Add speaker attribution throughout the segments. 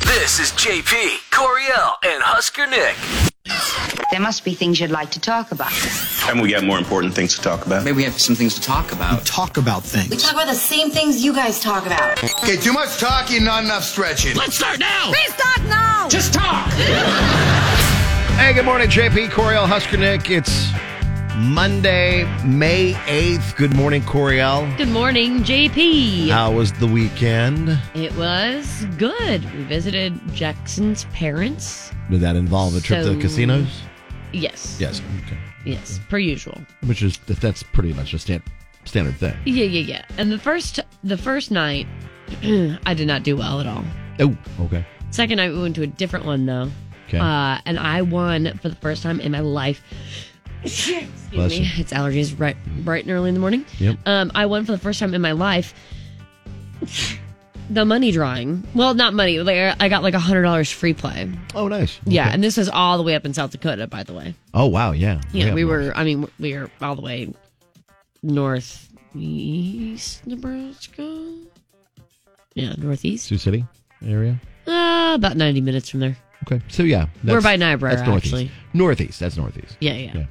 Speaker 1: This is JP, Coriel, and Husker Nick.
Speaker 2: There must be things you'd like to talk about.
Speaker 3: And we got more important things to talk about.
Speaker 4: Maybe we have some things to talk about.
Speaker 5: talk about
Speaker 6: We
Speaker 5: things.
Speaker 6: talk about the same things you guys talk about.
Speaker 7: Okay, too much talking, not enough stretching.
Speaker 8: Hey, good morning, JP Coriel Husker Nick. It's Monday, May 8th. Good morning, Coriel.
Speaker 9: Good morning, JP.
Speaker 8: How was the weekend?
Speaker 9: It was good. We visited Jackson's parents.
Speaker 8: Did that involve a trip to
Speaker 9: So-
Speaker 8: the casinos?
Speaker 9: Yes.
Speaker 8: Yes. Okay.
Speaker 9: Yes, per usual.
Speaker 8: Which is that's pretty much a stand, standard thing.
Speaker 9: Yeah, yeah, yeah. And the first the first night I did not do well at all.
Speaker 8: Oh, okay.
Speaker 9: Second night we went to a different one though.
Speaker 8: Okay.
Speaker 9: Uh, and I won for the first time in my life. Excuse
Speaker 8: Bless
Speaker 9: me.
Speaker 8: you.
Speaker 9: It's allergies right bright and early in the morning.
Speaker 8: Yep.
Speaker 9: Um, I won for the first time in my life the money drawing. Well, not money. Like I got like a hundred dollars free play.
Speaker 8: Oh, nice.
Speaker 9: Yeah,
Speaker 8: Okay.
Speaker 9: and this is all the way up in South Dakota, by the way.
Speaker 8: Oh, wow. Yeah.
Speaker 9: Yeah, we were. I mean, we were all the way northeast Nebraska. Yeah, northeast.
Speaker 8: Sioux City area.
Speaker 9: Uh, about ninety minutes from there.
Speaker 8: Okay. So yeah,
Speaker 9: We're
Speaker 8: that's-
Speaker 9: by Niobrara,
Speaker 8: that's northeast.
Speaker 9: actually.
Speaker 8: Northeast. That's northeast.
Speaker 9: Yeah, yeah.
Speaker 8: Yeah.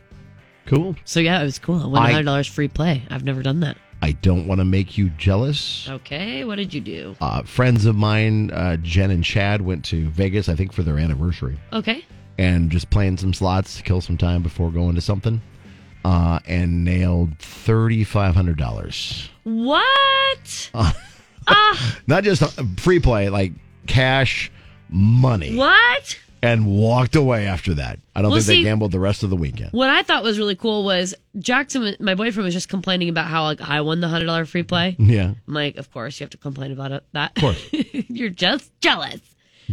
Speaker 8: Cool.
Speaker 9: So yeah, it was cool. I won
Speaker 8: I-
Speaker 9: hundred dollars free play. I've never done that.
Speaker 8: I don't want to make you jealous.
Speaker 9: Okay, what did you do?
Speaker 8: Uh, friends of mine, uh, Jen and Chad, went to Vegas, I think, for their anniversary,
Speaker 9: Okay,
Speaker 8: and just playing some slots to kill some time before going to something, uh, and nailed thirty five hundred dollars.
Speaker 9: what? Ah,
Speaker 8: Not just uh, free play, like cash, money,
Speaker 9: what?
Speaker 8: and walked away after that. I don't
Speaker 9: Well,
Speaker 8: think they
Speaker 9: see-
Speaker 8: gambled the rest of the weekend.
Speaker 9: What I thought was really cool was Jackson, my boyfriend, was just complaining about how like I won the hundred dollar free play.
Speaker 8: Yeah,
Speaker 9: I'm like, of course, you have to complain about it, that. Of course. You're just jealous.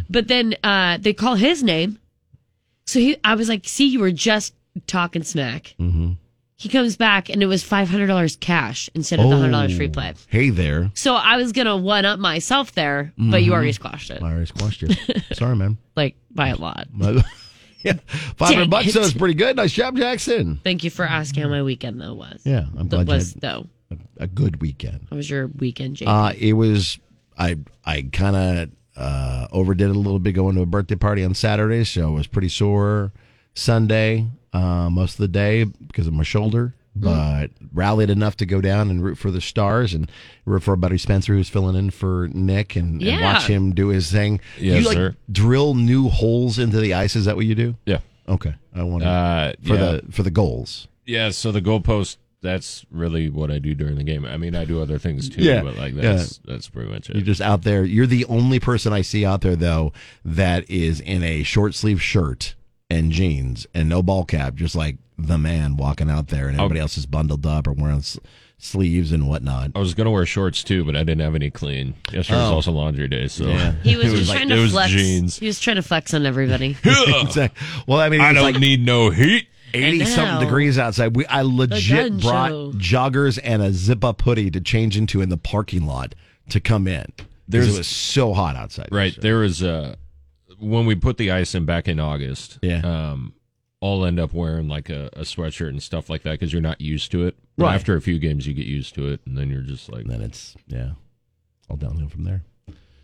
Speaker 9: But then uh, they call his name. So he, I was like, see, you were just talking smack. Mm-hmm. He comes back and it was $500 cash instead of the $100 free play.
Speaker 8: Oh, Hey there,
Speaker 9: So I was going to one up myself there, but you already squashed it.
Speaker 8: I already squashed you. Sorry, man.
Speaker 9: Like, by a lot.
Speaker 8: yeah, five
Speaker 9: Dang
Speaker 8: hundred bucks.
Speaker 9: it.
Speaker 8: That was pretty good. Nice job, Jackson.
Speaker 9: Thank you for asking how my weekend, though, was.
Speaker 8: Yeah, I'm
Speaker 9: That
Speaker 8: glad you
Speaker 9: was,
Speaker 8: had-
Speaker 9: though.
Speaker 8: A good weekend.
Speaker 9: How was your weekend, Jake?
Speaker 8: Uh, it was I I kind of uh, overdid it a little bit going to a birthday party on Saturday, so I was pretty sore Sunday uh, most of the day because of my shoulder. But rallied enough to go down and root for the stars and root for our buddy Spencer, who's filling in for Nick, and, and
Speaker 9: Yeah.
Speaker 8: watch him do his thing.
Speaker 10: Yes,
Speaker 8: you like
Speaker 10: sir.
Speaker 8: drill new holes into the ice. Is that what you do?
Speaker 10: Yeah.
Speaker 8: Okay, I want to
Speaker 10: Uh,
Speaker 8: for
Speaker 10: yeah.
Speaker 8: the for the goals.
Speaker 10: yeah. So the goalpost. That's really what I do during the game. I mean, I do other things too,
Speaker 8: Yeah,
Speaker 10: but like
Speaker 8: yeah.
Speaker 10: that's that's pretty much it.
Speaker 8: You're just out there. You're the only person I see out there though that is in a short sleeve shirt and jeans and no ball cap, just like the man walking out there, and
Speaker 10: Oh.
Speaker 8: everybody else is bundled up or wearing s- sleeves and whatnot.
Speaker 10: I was gonna wear shorts too, but I didn't have any clean. Yesterday was
Speaker 8: Oh.
Speaker 10: also laundry day, so
Speaker 8: Yeah.
Speaker 9: he was,
Speaker 10: it
Speaker 9: just
Speaker 10: like-
Speaker 9: trying
Speaker 10: it
Speaker 9: to
Speaker 10: was
Speaker 9: flex.
Speaker 10: jeans.
Speaker 9: He was trying to flex on everybody.
Speaker 8: Exact- Well, I mean,
Speaker 10: I
Speaker 8: it's
Speaker 10: don't
Speaker 8: like
Speaker 10: need no heat.
Speaker 8: eighty
Speaker 9: now-
Speaker 8: something degrees outside. We I legit
Speaker 9: gun
Speaker 8: brought
Speaker 9: show.
Speaker 8: joggers and a zip up hoodie to change into in the parking lot to come in. Because
Speaker 10: There's-
Speaker 8: it was so hot outside.
Speaker 10: Right
Speaker 8: So-
Speaker 10: there is uh when we put the ice in back in August.
Speaker 8: Yeah.
Speaker 10: Um, I'll end up wearing like a, a sweatshirt and stuff like that because you're not used to it. But
Speaker 8: Right.
Speaker 10: After a few games, you get used to it, and then you're just like
Speaker 8: And then it's yeah, all downhill from there.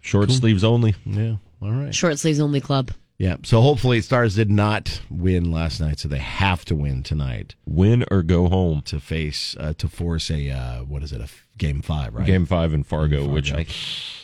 Speaker 10: short sleeves only.
Speaker 8: Yeah. All right.
Speaker 9: Short sleeves only club.
Speaker 8: Yeah. So hopefully Stars did not win last night, so they have to win tonight
Speaker 10: Win or go home.
Speaker 8: to face uh, to force a uh, what is it a f- game five right?
Speaker 10: Game five in Fargo,
Speaker 8: Fargo.
Speaker 10: which I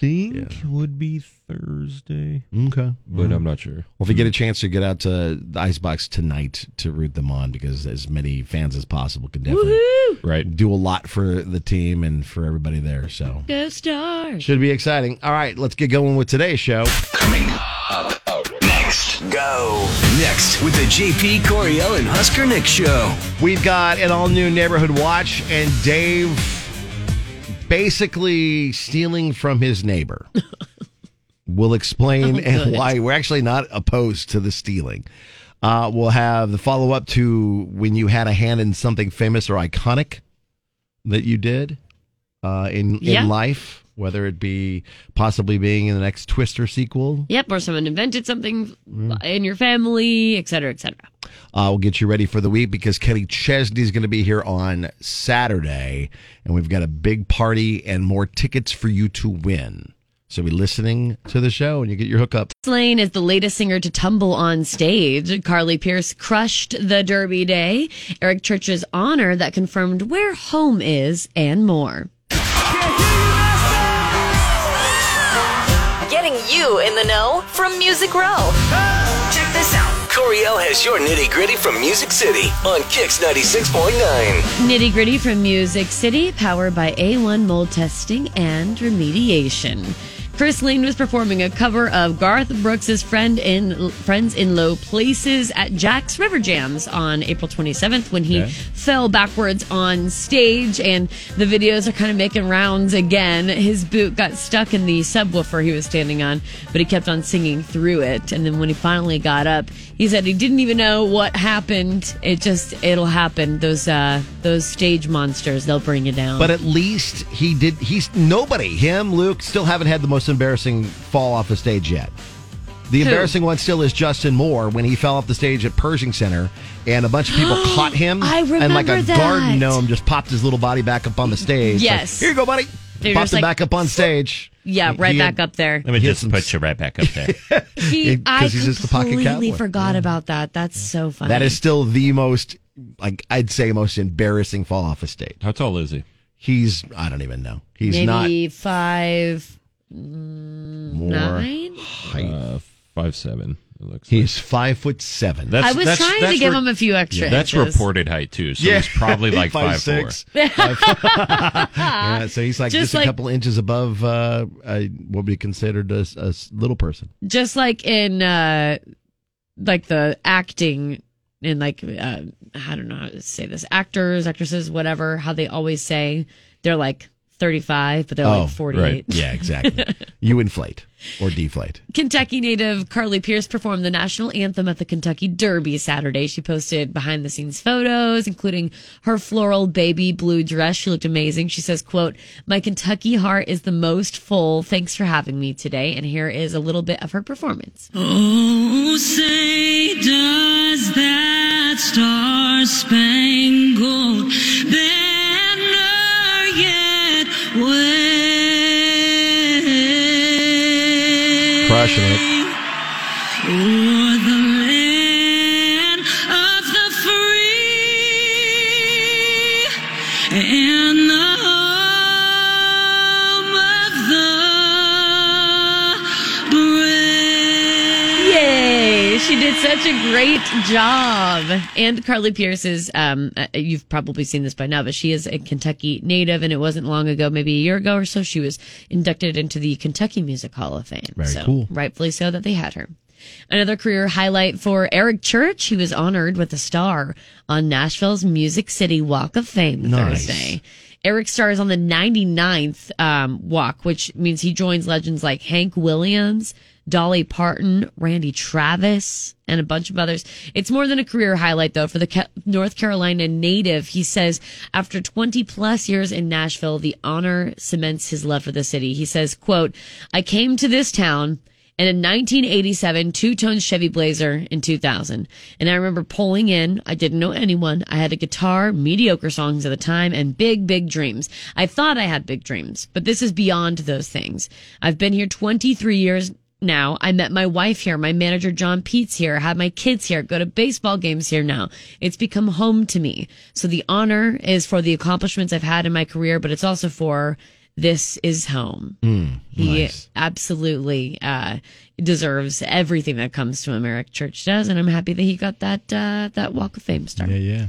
Speaker 10: think would be Thursday,
Speaker 8: Okay.
Speaker 10: but I'm not sure.
Speaker 8: Well, if you get a chance to get out to the Icebox tonight to root them on, because as many fans as possible can definitely
Speaker 10: Right.
Speaker 8: do a lot for the team and for everybody there. So
Speaker 9: Go stars.
Speaker 8: should be exciting. All right, let's get going with today's show.
Speaker 1: Coming up uh, next. Go. Next with the JP, Coriel, and Husker Nick show.
Speaker 8: We've got an all new neighborhood watch, and Dave basically stealing from his neighbor. we'll explain and
Speaker 9: Oh, good.
Speaker 8: why we're actually not opposed to the stealing. Uh, we'll have the follow up to when you had a hand in something famous or iconic that you did uh, in
Speaker 9: Yeah.
Speaker 8: in life, whether it be possibly being in the next Twister sequel.
Speaker 9: Yep, or someone invented something in your family, et cetera, et cetera.
Speaker 8: Uh, we'll get you ready for the week because Kenny Chesney is going to be here on Saturday, and we've got a big party and more tickets for you to win. So be listening to the show and you get your hookup.
Speaker 9: Lane is the latest singer to tumble on stage. Carly Pierce crushed the Derby Day, Eric Church's honor that confirmed where home is, and more.
Speaker 4: Getting you in the know from Music Row.
Speaker 1: Check this out. Coriel has your nitty gritty from Music City on Kix 96.9.
Speaker 9: Nitty gritty from Music City, powered by A1 mold testing and remediation. Chris Lane was performing a cover of Garth Brooks's "Friend in Friends in Low Places" at Jack's River Jams on April 27th when he
Speaker 10: Okay.
Speaker 9: fell backwards on stage, and the videos are kind of making rounds again. His boot got stuck in the subwoofer he was standing on, but he kept on singing through it. And then when he finally got up, he said he didn't even know what happened. It just it'll happen. Those uh, those stage monsters, they'll bring you down.
Speaker 8: But uh, at least he did. He's nobody. Him, Luke, still haven't had the most embarrassing fall off the stage yet. The
Speaker 9: Who?
Speaker 8: embarrassing one still is Justin Moore when he fell off the stage at Pershing Center and a bunch of people caught him.
Speaker 9: I
Speaker 8: And like a
Speaker 9: remember that.
Speaker 8: garden gnome just popped his little body back up on the stage. Like,
Speaker 9: Yes.
Speaker 8: Here you go, buddy.
Speaker 9: They're
Speaker 8: Popped
Speaker 9: just
Speaker 8: him
Speaker 9: like-
Speaker 8: back up on stage.
Speaker 9: yeah, right back up there.
Speaker 10: Let me
Speaker 8: He had
Speaker 10: just
Speaker 8: some-
Speaker 10: put you right back up there.
Speaker 9: He,
Speaker 8: Because
Speaker 9: I
Speaker 8: he's just the pocket
Speaker 9: completely
Speaker 8: cowboy.
Speaker 9: forgot about that. That's so funny.
Speaker 8: That is still the most, like, I'd say most embarrassing fall off a stage.
Speaker 10: How tall is he?
Speaker 8: He's, I don't even know. He's
Speaker 9: maybe five
Speaker 8: not more.
Speaker 9: nine.
Speaker 10: Uh, five seven. It looks.
Speaker 8: He's five foot seven.
Speaker 10: That's,
Speaker 9: I was
Speaker 10: that's-
Speaker 9: trying
Speaker 10: that's
Speaker 9: to give
Speaker 10: re-
Speaker 9: him a few extra.
Speaker 10: That's
Speaker 9: inches.
Speaker 10: reported height too, so he's probably like five,
Speaker 8: six. yeah, so he's like
Speaker 9: Just
Speaker 8: just,
Speaker 9: like-
Speaker 8: a couple inches above uh, uh, what would be considered a, a little person.
Speaker 9: Just like in uh like the acting in like uh I don't know how to say this. Actors, actresses, whatever, how they always say they're like thirty five, but they're
Speaker 8: Oh,
Speaker 9: like forty eight.
Speaker 10: right.
Speaker 8: Yeah, exactly. you inflate or deflate.
Speaker 9: Kentucky native Carly Pierce performed the national anthem at the Kentucky Derby Saturday. She posted behind the scenes photos, including her floral baby blue dress. She looked amazing. She says, quote, my Kentucky heart is the most full. Thanks for having me today. And here is a little bit of her performance.
Speaker 5: Oh, say does that star spangled banner yet wave?
Speaker 8: Crushing it.
Speaker 5: O'er the land of the free and the home of the brave.
Speaker 9: Yay! She did such a great job. And Carly Pierce is, um, uh, you've probably seen this by now, but she is a Kentucky native, and it wasn't long ago, maybe a year ago or so, she was inducted into the Kentucky Music Hall of Fame.
Speaker 8: Very
Speaker 9: so,
Speaker 8: cool.
Speaker 9: Rightfully so that they had her. Another career highlight for Eric Church. He was honored with a star on Nashville's Music City Walk of Fame
Speaker 8: Nice.
Speaker 9: Thursday. Eric Starr is on the 99th um, walk, which means he joins legends like Hank Williams, Dolly Parton, Randy Travis, and a bunch of others. It's more than a career highlight, though, for the Ca- North Carolina native. He says, after 20 plus years in Nashville, the honor cements his love for the city. He says, quote, I came to this town and a 1987 two-tone Chevy Blazer in 2000. And I remember pulling in. I didn't know anyone. I had a guitar, mediocre songs at the time, and big, big dreams. I thought I had big dreams, but this is beyond those things. I've been here 23 years now. I met my wife here, my manager John Pete's here, had my kids here, go to baseball games here now. It's become home to me. So the honor is for the accomplishments I've had in my career, but it's also for this is home. He absolutely uh, deserves everything that comes to him. Eric Church does, and I'm happy that he got that uh, that Walk of Fame star.
Speaker 8: yeah.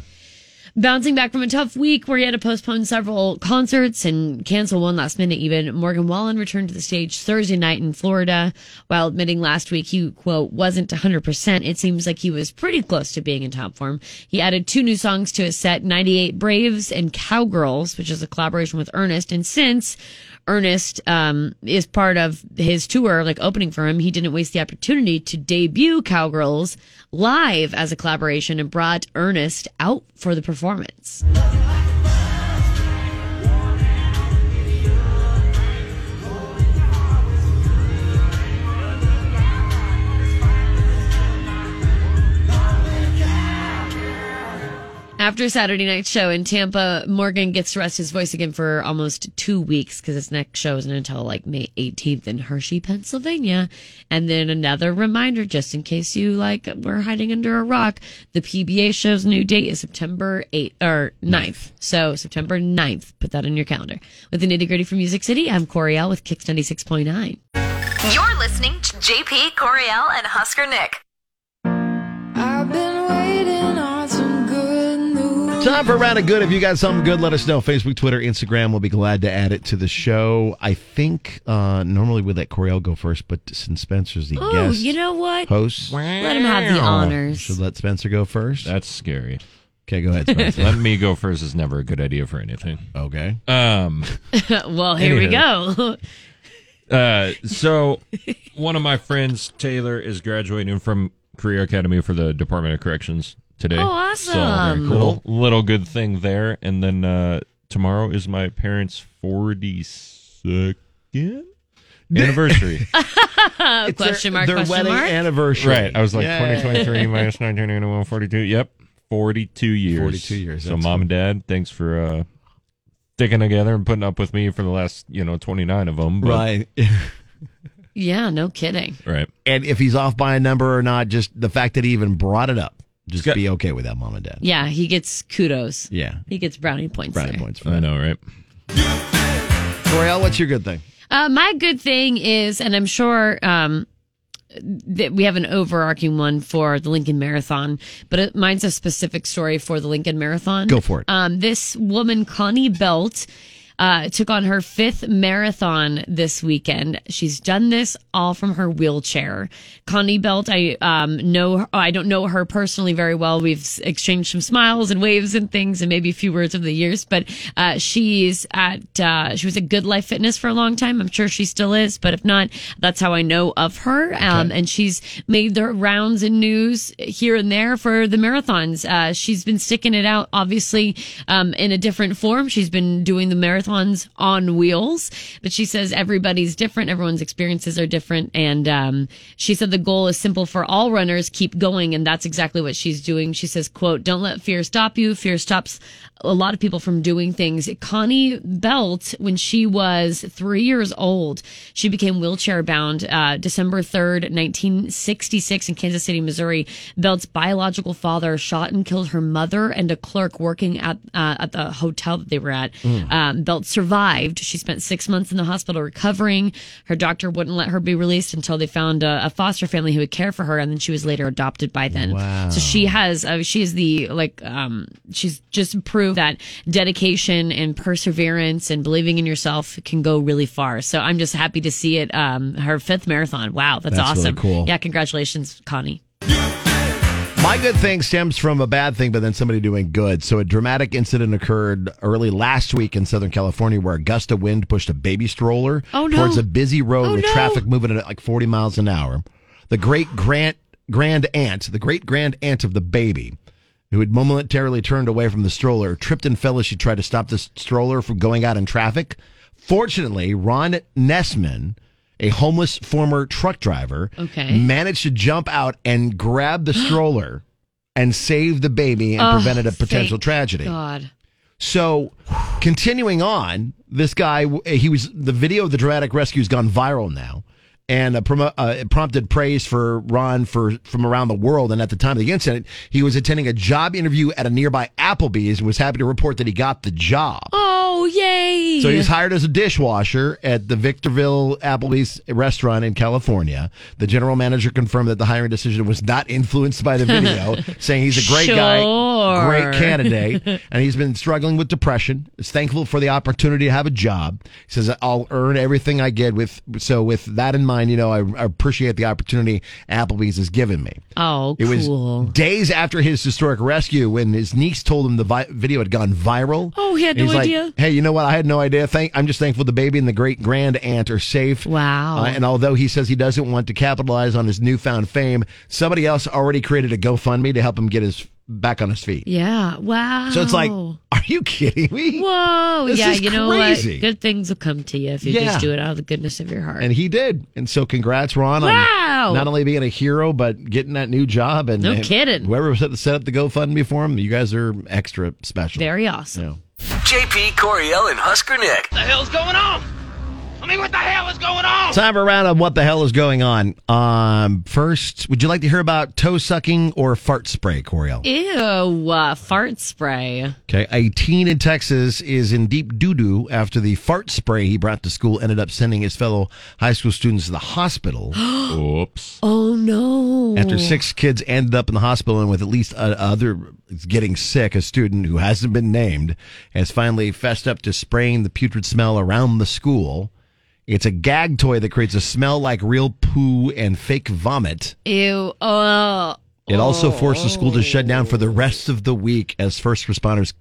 Speaker 9: Bouncing back from a tough week where he had to postpone several concerts and cancel one last minute, even Morgan Wallen returned to the stage Thursday night in Florida while admitting last week he, quote, wasn't 100%. It seems like he was pretty close to being in top form. He added two new songs to his set 98 Braves and Cowgirls, which is a collaboration with Ernest. And since Ernest um, is part of his tour, like opening for him, he didn't waste the opportunity to debut Cowgirls live as a collaboration and brought Ernest out for the performance. After Saturday night show in Tampa, Morgan gets to rest his voice again for almost two weeks because his next show isn't until like May 18th in Hershey, Pennsylvania. And then another reminder, just in case you like were hiding under a rock, the PBA show's new date is September 8th or 9th. So September 9th. Put that in your calendar. With the nitty gritty from Music City, I'm Coriel with Kix 96.9.
Speaker 4: You're listening to JP Coriel and Husker Nick.
Speaker 5: I've been waiting on some good news.
Speaker 8: Time for a round of good. If you got something good, let us know. Facebook, Twitter, Instagram. We'll be glad to add it to the show. I think uh, normally we let Coriel go first, but since Spencer's the
Speaker 9: Oh,
Speaker 8: guest
Speaker 9: you know what?
Speaker 8: host,
Speaker 9: Let him have the honors.
Speaker 8: should let Spencer go first.
Speaker 10: That's scary.
Speaker 8: Okay, go ahead, Spencer.
Speaker 10: Let me go first is never a good idea for anything.
Speaker 8: okay.
Speaker 10: Um,
Speaker 9: well, here we go.
Speaker 10: uh, so one of my friends, Taylor, is graduating from Career Academy for the Department of Corrections today.
Speaker 9: Oh,
Speaker 10: So very
Speaker 9: awesome.
Speaker 10: cool. Little good thing there. And then uh, tomorrow is my parents' 42nd anniversary.
Speaker 9: Uh, question mark,
Speaker 8: Their
Speaker 9: question
Speaker 8: wedding
Speaker 9: mark.
Speaker 8: anniversary.
Speaker 10: right. I was like
Speaker 8: Yay.
Speaker 10: 2023 minus 1991, 42. Yep. 42 years.
Speaker 8: 42 years,
Speaker 10: So,
Speaker 8: that's
Speaker 10: mom and dad, thanks for uh, sticking together and putting up with me for the last, you know, 29 of them.
Speaker 8: Right.
Speaker 9: yeah, no kidding.
Speaker 10: Right.
Speaker 8: And if he's off by a number or not, just the fact that he even brought it up, just
Speaker 10: Good.
Speaker 8: be okay with that, mom and dad.
Speaker 9: Yeah, he gets kudos.
Speaker 8: Yeah.
Speaker 9: He gets brownie points.
Speaker 8: Brownie
Speaker 9: there.
Speaker 8: points for that.
Speaker 10: I know, right?
Speaker 8: Coriel, what's your good thing?
Speaker 9: Uh, my good thing is, and I'm sure um, that we have an overarching one for the Lincoln Marathon, but it, mine's a specific story for the Lincoln Marathon.
Speaker 8: Go for it.
Speaker 9: Um, this woman, Connie Belt, uh, took on her fifth marathon this weekend. She's done this all from her wheelchair. Connie Belt, I um, know, I don't know her personally very well. We've exchanged some smiles and waves and things, and maybe a few words over the years. But uh, she's at, uh, she was at Good Life Fitness for a long time. I'm sure she still is, but if not, that's how I know of her. Um, And she's made the rounds in news here and there for the marathons. Uh, she's been sticking it out, obviously, um, in a different form. She's been doing the marathons on wheels, but she says everybody's different. Everyone's experiences are different. And um, she said the goal is simple for all runners keep going. And that's exactly what she's doing. She says, quote, don't let fear stop you. Fear stops a lot of people from doing things. Connie Belt, when she was three years old, she became wheelchair bound uh, December 3rd, 1966, in Kansas City, Missouri. Belt's biological father shot and killed her mother and a clerk working at, uh, at the hotel that they were at. Um, Belt survived. She spent six months in the hospital recovering. Her doctor wouldn't let her be released until they found a, a foster family who would care for her, and then she was later adopted by then. So she has, uh, she is the, like, um, she's just proved that dedication and perseverance and believing in yourself can go really far. So I'm just happy to see it. Um, her fifth marathon. Wow, that's,
Speaker 8: That's really
Speaker 9: awesome.
Speaker 8: cool.
Speaker 9: Yeah, congratulations, Connie.
Speaker 8: My good thing stems from a bad thing, but then somebody doing good. So, a dramatic incident occurred early last week in Southern California where a gust of wind pushed a baby stroller
Speaker 9: Oh, no.
Speaker 8: towards a busy road
Speaker 9: Oh,
Speaker 8: with
Speaker 9: no.
Speaker 8: traffic moving at like 40 miles an hour. The great grand, grand aunt, the great grand aunt of the baby, who had momentarily turned away from the stroller, tripped and fell as she tried to stop the stroller from going out in traffic. Fortunately, Ron Nessman, a homeless former truck driver,
Speaker 9: Okay.
Speaker 8: managed to jump out and grab the stroller and save the baby and
Speaker 9: Oh,
Speaker 8: prevented a potential
Speaker 9: thank
Speaker 8: tragedy.
Speaker 9: God.
Speaker 8: So, continuing on, this guy, he was the video of the dramatic rescue has gone viral now, and uh, promo, uh, it prompted praise for Ron for from around the world. And at the time of the incident, he was attending a job interview at a nearby Applebee's and was happy to report that he got the job.
Speaker 9: Oh yay!
Speaker 8: So he was hired as a dishwasher at the Victorville Applebee's restaurant in California. The general manager confirmed that the hiring decision was not influenced by the video, saying he's a great guy,
Speaker 9: Sure.
Speaker 8: great candidate, and he's been struggling with depression. Is thankful for the opportunity to have a job. He says I'll earn everything I get with. So with that in mind, you know I, I appreciate the opportunity Applebee's has given me.
Speaker 9: oh,
Speaker 8: It was
Speaker 9: cool.
Speaker 8: days after his historic rescue when his niece told him the vi- video had gone viral.
Speaker 9: Oh, he had
Speaker 8: And
Speaker 9: no
Speaker 8: he's like,
Speaker 9: idea?
Speaker 8: hey, you know what? I had no idea. Thank- I'm just thankful the baby and the great grand aunt are safe.
Speaker 9: Wow.
Speaker 8: Uh, and although he says he doesn't want to capitalize on his newfound fame, somebody else already created a GoFundMe to help him get his back on his feet.
Speaker 9: yeah. Wow.
Speaker 8: So it's like, are you kidding me?
Speaker 9: Whoa!
Speaker 8: This
Speaker 9: yeah,
Speaker 8: is
Speaker 9: you know
Speaker 8: crazy.
Speaker 9: what? Good things will come to you if you
Speaker 8: Yeah.
Speaker 9: just do it out of the goodness of your heart.
Speaker 8: And he did. And so congrats, Ron,
Speaker 9: out.
Speaker 8: Not only being a hero, but getting that new job and
Speaker 9: No
Speaker 8: and
Speaker 9: kidding.
Speaker 8: Whoever set, set up the GoFundMe for him, you guys are extra special.
Speaker 9: Very awesome.
Speaker 8: Yeah.
Speaker 1: JP Coriel and Husker Nick.
Speaker 8: Time for a round of what the hell is going on. Um, first, would you like to hear about toe sucking or fart spray, Coriel?
Speaker 9: Ew, uh, fart spray.
Speaker 8: Okay, a teen in Texas is in deep doo doo after the fart spray he brought to school ended up sending his fellow high school students to the hospital.
Speaker 10: Oops.
Speaker 9: Oh no.
Speaker 8: After six kids ended up in the hospital and with at least a, other getting sick, a student who hasn't been named has finally fessed up to spraying the putrid smell around the school. It's a gag toy that creates a smell like real poo and fake vomit.
Speaker 9: Ew. Oh.
Speaker 8: It also forced the school to shut down for the rest of the week as first responders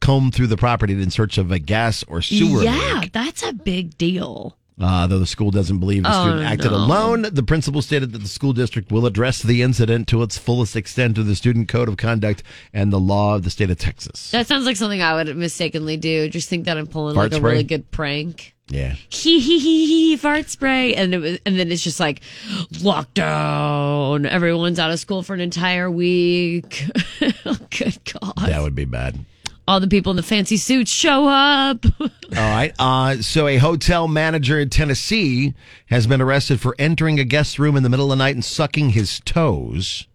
Speaker 8: combed through the property in search of a gas or sewer
Speaker 9: Yeah,
Speaker 8: leak.
Speaker 9: that's a big deal.
Speaker 8: Uh, though the school doesn't believe the
Speaker 9: Oh,
Speaker 8: student acted
Speaker 9: no.
Speaker 8: alone, the principal stated that the school district will address the incident to its fullest extent to the student code of conduct and the law of the state of Texas.
Speaker 9: That sounds like something I would mistakenly do. Just think that I'm pulling
Speaker 8: Fart
Speaker 9: like a
Speaker 8: spray?
Speaker 9: really good prank.
Speaker 8: yeah.
Speaker 9: Hee hee hee hee fart spray, and it was, and then it's just like lockdown. Everyone's out of school for an entire week. Oh, good God!
Speaker 8: That would be bad.
Speaker 9: All the people in the fancy suits show up.
Speaker 8: All right. Uh, so, a hotel manager in Tennessee has been arrested for entering a guest room in the middle of the night and sucking his toes.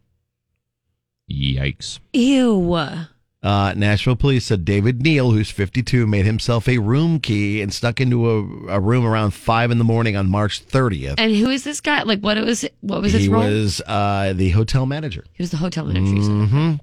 Speaker 10: Yikes.
Speaker 9: Ew.
Speaker 8: Uh, Nashville police said David Neal, who's 52, made himself a room key and snuck into a, a room around 5 in the morning on March 30th.
Speaker 9: And who is this guy? Like, what it was? What was his
Speaker 8: he
Speaker 9: role?
Speaker 8: was uh, the hotel manager.
Speaker 9: he was the hotel manager. you said.
Speaker 8: hmm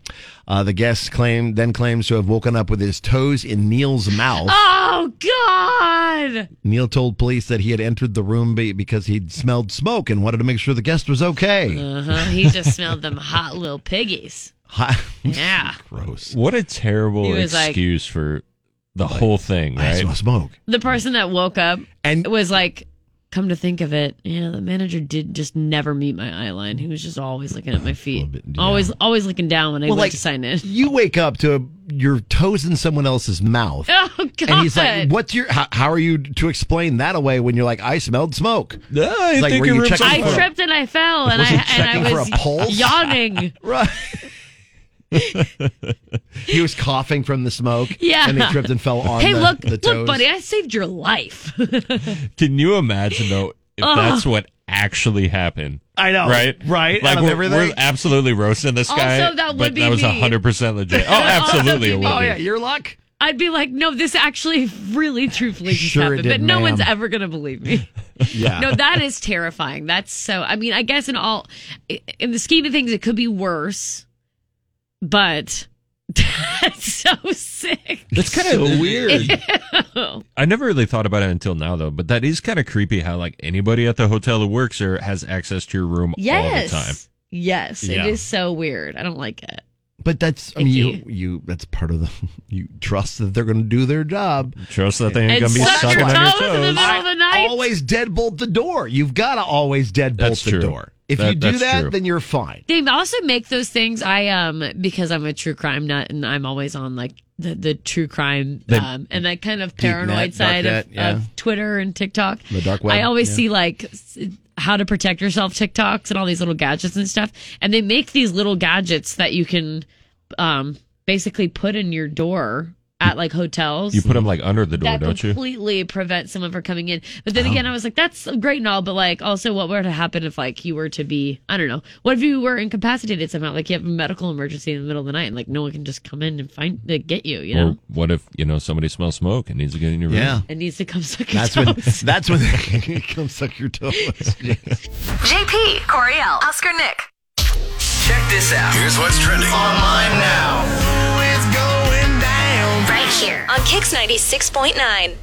Speaker 8: Uh, the guest claimed, then claims to have woken up with his toes in Neal's mouth.
Speaker 9: Oh God!
Speaker 8: Neal told police that he had entered the room be- because he'd smelled smoke and wanted to make sure the guest was okay.
Speaker 9: Uh huh. He just smelled them hot little piggies.
Speaker 8: Hi-
Speaker 9: Yeah.
Speaker 8: Gross.
Speaker 10: What a terrible
Speaker 9: He was like-
Speaker 10: excuse for the whole thing,
Speaker 8: I
Speaker 10: right?
Speaker 8: smell smoke.
Speaker 9: The person that woke up
Speaker 8: And-
Speaker 9: and was like, "Come to think of it, yeah, the manager did just never meet my eye line. He was just always looking at my feet,
Speaker 8: Oh, bit, yeah.
Speaker 9: always, always looking down when I went
Speaker 8: like,
Speaker 9: to sign in.
Speaker 8: you wake up to your toes in someone else's mouth.
Speaker 9: Oh God!
Speaker 8: And he's like, "What's your? How, how are you to explain that away when you're like, I smelled smoke,
Speaker 10: Yeah, I
Speaker 8: It's like,
Speaker 10: think
Speaker 8: were
Speaker 10: it
Speaker 8: you
Speaker 10: rips
Speaker 8: checking
Speaker 10: off.
Speaker 9: I tripped and I fell, and
Speaker 8: Was
Speaker 9: I
Speaker 8: he
Speaker 9: and I
Speaker 8: checking for
Speaker 9: was
Speaker 8: a pulse?
Speaker 9: yawning.
Speaker 8: right?" he was coughing from the smoke,
Speaker 9: Yeah.
Speaker 8: and he tripped and fell on.
Speaker 9: hey,
Speaker 8: the,
Speaker 9: look,
Speaker 8: the
Speaker 9: look,
Speaker 8: toes.
Speaker 9: buddy, I saved your life.
Speaker 10: Can you imagine though if that's what actually happened?
Speaker 8: I know,
Speaker 10: Right,
Speaker 8: Right,
Speaker 10: Like
Speaker 8: out of
Speaker 10: we're,
Speaker 8: everything.
Speaker 10: we're absolutely roasting this guy.
Speaker 9: Also, that would
Speaker 10: but
Speaker 9: be
Speaker 10: that was
Speaker 9: me.
Speaker 10: hundred percent legit. Oh,
Speaker 9: That would also
Speaker 10: absolutely,
Speaker 9: be
Speaker 10: it would
Speaker 9: me.
Speaker 8: oh
Speaker 10: be.
Speaker 8: yeah, your luck.
Speaker 9: I'd be like, no, this actually really truthfully just
Speaker 8: Sure it
Speaker 9: happened,
Speaker 8: did,
Speaker 9: but no
Speaker 8: ma'am.
Speaker 9: one's ever going to believe me.
Speaker 8: Yeah,
Speaker 9: no, that is terrifying. That's so, I mean, I guess in all, in the scheme of things, it could be worse, but that's so sick.
Speaker 10: That's kind of
Speaker 8: weird.
Speaker 10: I never really thought about it until now, though. But that is kind of creepy. How like anybody at the hotel who works there has access to your room
Speaker 9: Yes.
Speaker 10: all the time.
Speaker 9: Yes.
Speaker 10: Yeah.
Speaker 9: It is so weird. I don't like it.
Speaker 8: but that's I mean, you,
Speaker 9: Icky.
Speaker 8: you that's part of the you trust that they're going to do their job.
Speaker 10: Trust that thing ain't
Speaker 9: And
Speaker 10: gonna be
Speaker 9: suck
Speaker 10: sucking
Speaker 9: your
Speaker 10: on your
Speaker 9: toes in the
Speaker 10: toes.
Speaker 9: middle of the night.
Speaker 8: Always deadbolt the door. You've got to always deadbolt
Speaker 10: That's
Speaker 8: the
Speaker 10: true.
Speaker 8: door. If
Speaker 10: That-
Speaker 8: you do
Speaker 10: that's
Speaker 8: that,
Speaker 10: true.
Speaker 8: then you're fine.
Speaker 9: They also make those things. I um because I'm a true crime nut and I'm always on like the, the true crime
Speaker 8: The
Speaker 9: um and that kind of
Speaker 8: net,
Speaker 9: paranoid
Speaker 8: dark
Speaker 9: side
Speaker 8: net,
Speaker 9: of,
Speaker 8: yeah.
Speaker 9: of Twitter and TikTok.
Speaker 8: The dark web,
Speaker 9: I always
Speaker 8: yeah.
Speaker 9: see like s- how to protect yourself TikToks and all these little gadgets and stuff. And they make these little gadgets that you can um basically put in your door at like hotels
Speaker 10: You put them like under the door,
Speaker 9: that
Speaker 10: don't you?
Speaker 9: completely prevent someone from coming in. But then again, I was like, that's great and all, but like, also, what were to happen if like you were to be, I don't know, what if you were incapacitated somehow? Like you have a medical emergency in the middle of the night, and like no one can just come in and find like, get you, you know?
Speaker 10: Or what if you know somebody smells smoke and needs to get in your room?
Speaker 8: Yeah.
Speaker 9: It needs to come suck your
Speaker 8: That's when.
Speaker 9: toes.
Speaker 8: That's when they come suck your toes.
Speaker 4: JP, Coriel, Husker Nick.
Speaker 1: Check this out. Here's what's trending online now. It's going down.
Speaker 4: Right here on Kix 96.9.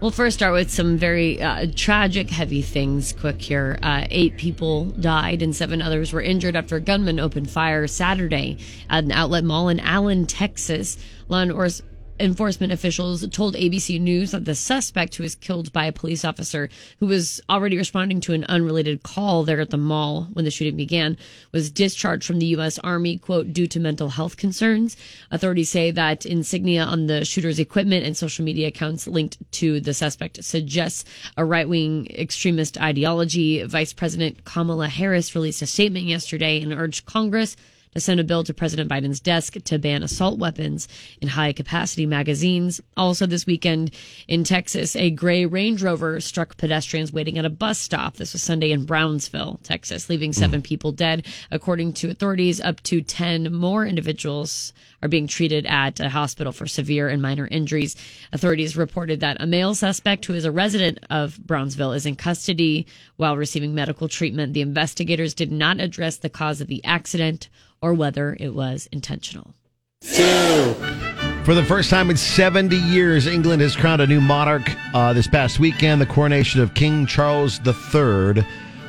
Speaker 9: We'll first start with some very uh, tragic, heavy things quick here. Uh, eight people died and seven others were injured after a gunman opened fire Saturday at an outlet mall in Allen, Texas. Law enforcement. enforcement officials told ABC News that the suspect who was killed by a police officer who was already responding to an unrelated call there at the mall when the shooting began was discharged from the U.S. Army, quote, due to mental health concerns. Authorities say that insignia on the shooter's equipment and social media accounts linked to the suspect suggests a right wing extremist ideology. Vice President Kamala Harris released a statement yesterday and urged Congress to send a bill to President Biden's desk to ban assault weapons in high capacity magazines. Also, this weekend in Texas, a gray Range Rover struck pedestrians waiting at a bus stop. This was Sunday in Brownsville, Texas,
Speaker 8: Hmm.
Speaker 9: leaving seven people dead. According to authorities, up to 10 more individuals are being treated at a hospital for severe and minor injuries. Authorities reported that a male suspect who is a resident of Brownsville is in custody while receiving medical treatment. The investigators did not address the cause of the accident or whether it was intentional.
Speaker 8: For the first time in 70 years, England has crowned a new monarch. Uh, this past weekend, the coronation of King Charles III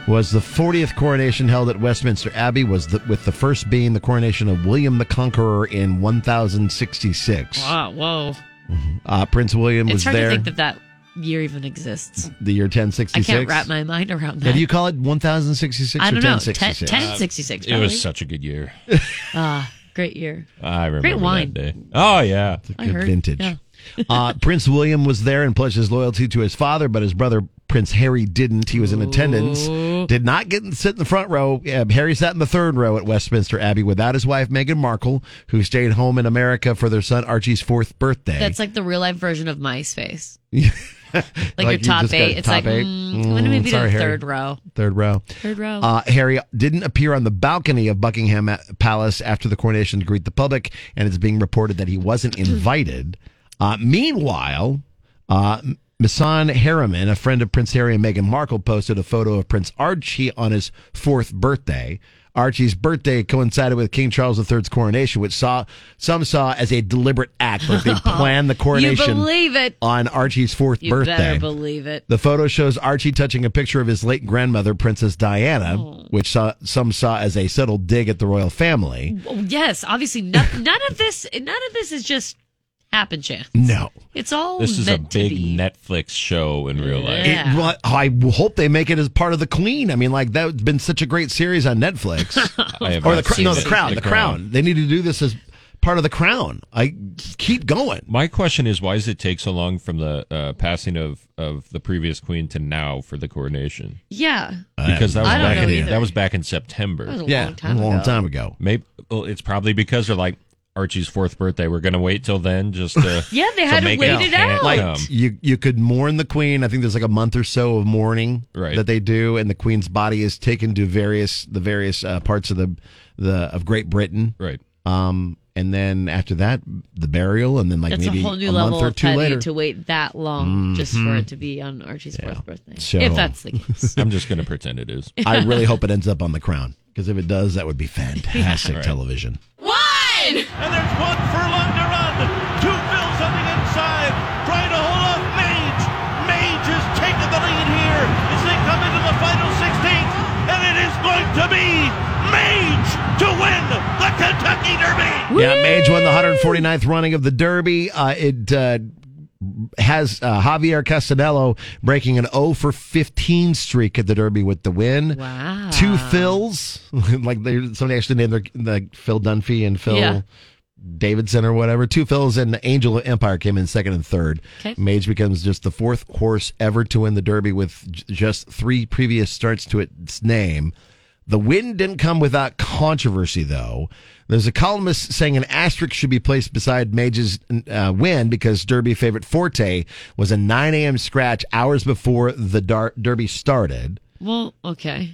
Speaker 8: was the 40th coronation held at Westminster Abbey, was the, with the first being the coronation of William the Conqueror in 1066.
Speaker 9: Wow, Ah, whoa.
Speaker 8: Uh, Prince William
Speaker 9: It's
Speaker 8: was
Speaker 9: hard
Speaker 8: there
Speaker 9: to think that that year even exists.
Speaker 8: the year
Speaker 9: I
Speaker 8: 1066.
Speaker 9: can't wrap my mind around
Speaker 8: Yeah,
Speaker 9: that.
Speaker 8: do you call it 1066
Speaker 9: I
Speaker 8: or
Speaker 9: don't know. 10,
Speaker 8: 1066?
Speaker 9: 1066.
Speaker 10: It
Speaker 9: probably.
Speaker 10: was such a good year.
Speaker 9: Ah, great year.
Speaker 10: I remember
Speaker 9: Great wine.
Speaker 10: that day. Oh yeah.
Speaker 9: I
Speaker 8: Good
Speaker 9: heard.
Speaker 8: vintage.
Speaker 9: Yeah.
Speaker 8: uh, Prince William was there and pledged his loyalty to his father, but his brother Prince Harry didn't. He was in attendance, did not get in, sit in the front row. Yeah, Harry sat in the third row at Westminster Abbey without his wife Meghan Markle, who stayed home in America for their son Archie's fourth birthday.
Speaker 9: That's like the real life version of MySpace. Like,
Speaker 8: Like
Speaker 9: your
Speaker 8: you
Speaker 9: top
Speaker 8: just got
Speaker 9: eight. It's
Speaker 8: top
Speaker 9: like,
Speaker 8: eight.
Speaker 9: Mm, I'm going to
Speaker 8: Mm,
Speaker 9: maybe
Speaker 8: sorry,
Speaker 9: the
Speaker 8: Harry.
Speaker 9: third row.
Speaker 8: third row.
Speaker 9: Third row.
Speaker 8: Uh, Harry didn't appear on the balcony of Buckingham Palace after the coronation to greet the public, and it's being reported that he wasn't invited. Uh, meanwhile, uh, Masson Harriman, a friend of Prince Harry and Meghan Markle, posted a photo of Prince Archie on his fourth birthday. Archie's birthday coincided with King Charles III's coronation, which saw some saw as a deliberate act, like they planned the
Speaker 9: you
Speaker 8: coronation
Speaker 9: believe it.
Speaker 8: on Archie's fourth
Speaker 9: You
Speaker 8: Uh, birthday.
Speaker 9: better believe it.
Speaker 8: The photo shows Archie touching a picture of his late grandmother, Princess Diana,
Speaker 9: Hmm.
Speaker 8: which saw, some saw as a subtle dig at the royal family.
Speaker 9: Oh, yes, obviously, none, none of this. None of this is just happen chance.
Speaker 8: No.
Speaker 9: It's all
Speaker 10: This is a
Speaker 9: meant to
Speaker 10: big
Speaker 9: be.
Speaker 10: Netflix show in real life.
Speaker 9: Yeah.
Speaker 8: It- well, I hope they make it as part of the Queen. I mean, like that's been such a great series on Netflix.
Speaker 10: I have
Speaker 8: or the
Speaker 10: not
Speaker 8: cr-
Speaker 10: seen
Speaker 8: no, the
Speaker 10: it.
Speaker 8: Crown, the, crown. They need to do this as part of the Crown. I keep going.
Speaker 10: My question is, why does it take so long from the uh, passing of, of the previous queen to now for the coronation?
Speaker 9: yeah,
Speaker 10: Because that was
Speaker 9: I don't
Speaker 10: back
Speaker 9: know
Speaker 10: in
Speaker 9: either.
Speaker 10: that was back
Speaker 9: that
Speaker 10: in
Speaker 9: was
Speaker 10: September.
Speaker 9: a long time
Speaker 8: a long
Speaker 9: ago.
Speaker 8: time ago.
Speaker 10: Maybe well, it's probably because they're like Archie's fourth birthday. We're gonna wait till then just to
Speaker 9: Yeah, they had to
Speaker 10: make Um,
Speaker 9: wait it out.
Speaker 10: Like,
Speaker 8: Like you, you could mourn the queen. I think there's like a month or so of mourning
Speaker 10: Right.
Speaker 8: that they do, and the queen's body is taken to various the various uh, parts of the the of Great Britain.
Speaker 10: right.
Speaker 8: Um, and then after that, the burial, and then like
Speaker 9: That's a
Speaker 8: maybe
Speaker 9: whole new
Speaker 8: month
Speaker 9: level
Speaker 8: or
Speaker 9: of
Speaker 8: two
Speaker 9: petty
Speaker 8: later. Mm-hmm.
Speaker 9: to wait that long just for it to be on Archie's fourth birthday.
Speaker 8: So-
Speaker 9: if that's the case,
Speaker 10: I'm just gonna pretend it is.
Speaker 8: I really hope it ends up on the crown because if it does, that would be fantastic
Speaker 10: Right.
Speaker 8: television.
Speaker 11: And there's one furlong to run. Two fills on the inside. Trying to hold off Mage. Mage has taken the lead here as they come into the final 16th. And it is going to be Mage to win the Kentucky Derby.
Speaker 8: Yeah, Mage won the 149th running of the Derby. Uh, it uh, has uh, Javier Castanello breaking an 0 for 15 streak at the Derby with the win.
Speaker 9: Wow.
Speaker 8: Two Phils. like they, somebody actually named their like Phil Dunphy and Phil
Speaker 9: Yeah.
Speaker 8: Davidson or whatever. Two Phils and Angel Empire came in second and third.
Speaker 9: Okay.
Speaker 8: Mage becomes just the fourth horse ever to win the Derby with j- just three previous starts to its name. The win didn't come without controversy, though. There's a columnist saying an asterisk should be placed beside Mage's uh, win because Derby favorite Forte was a 9 a.m. scratch hours before the dar- Derby started.
Speaker 9: well, okay.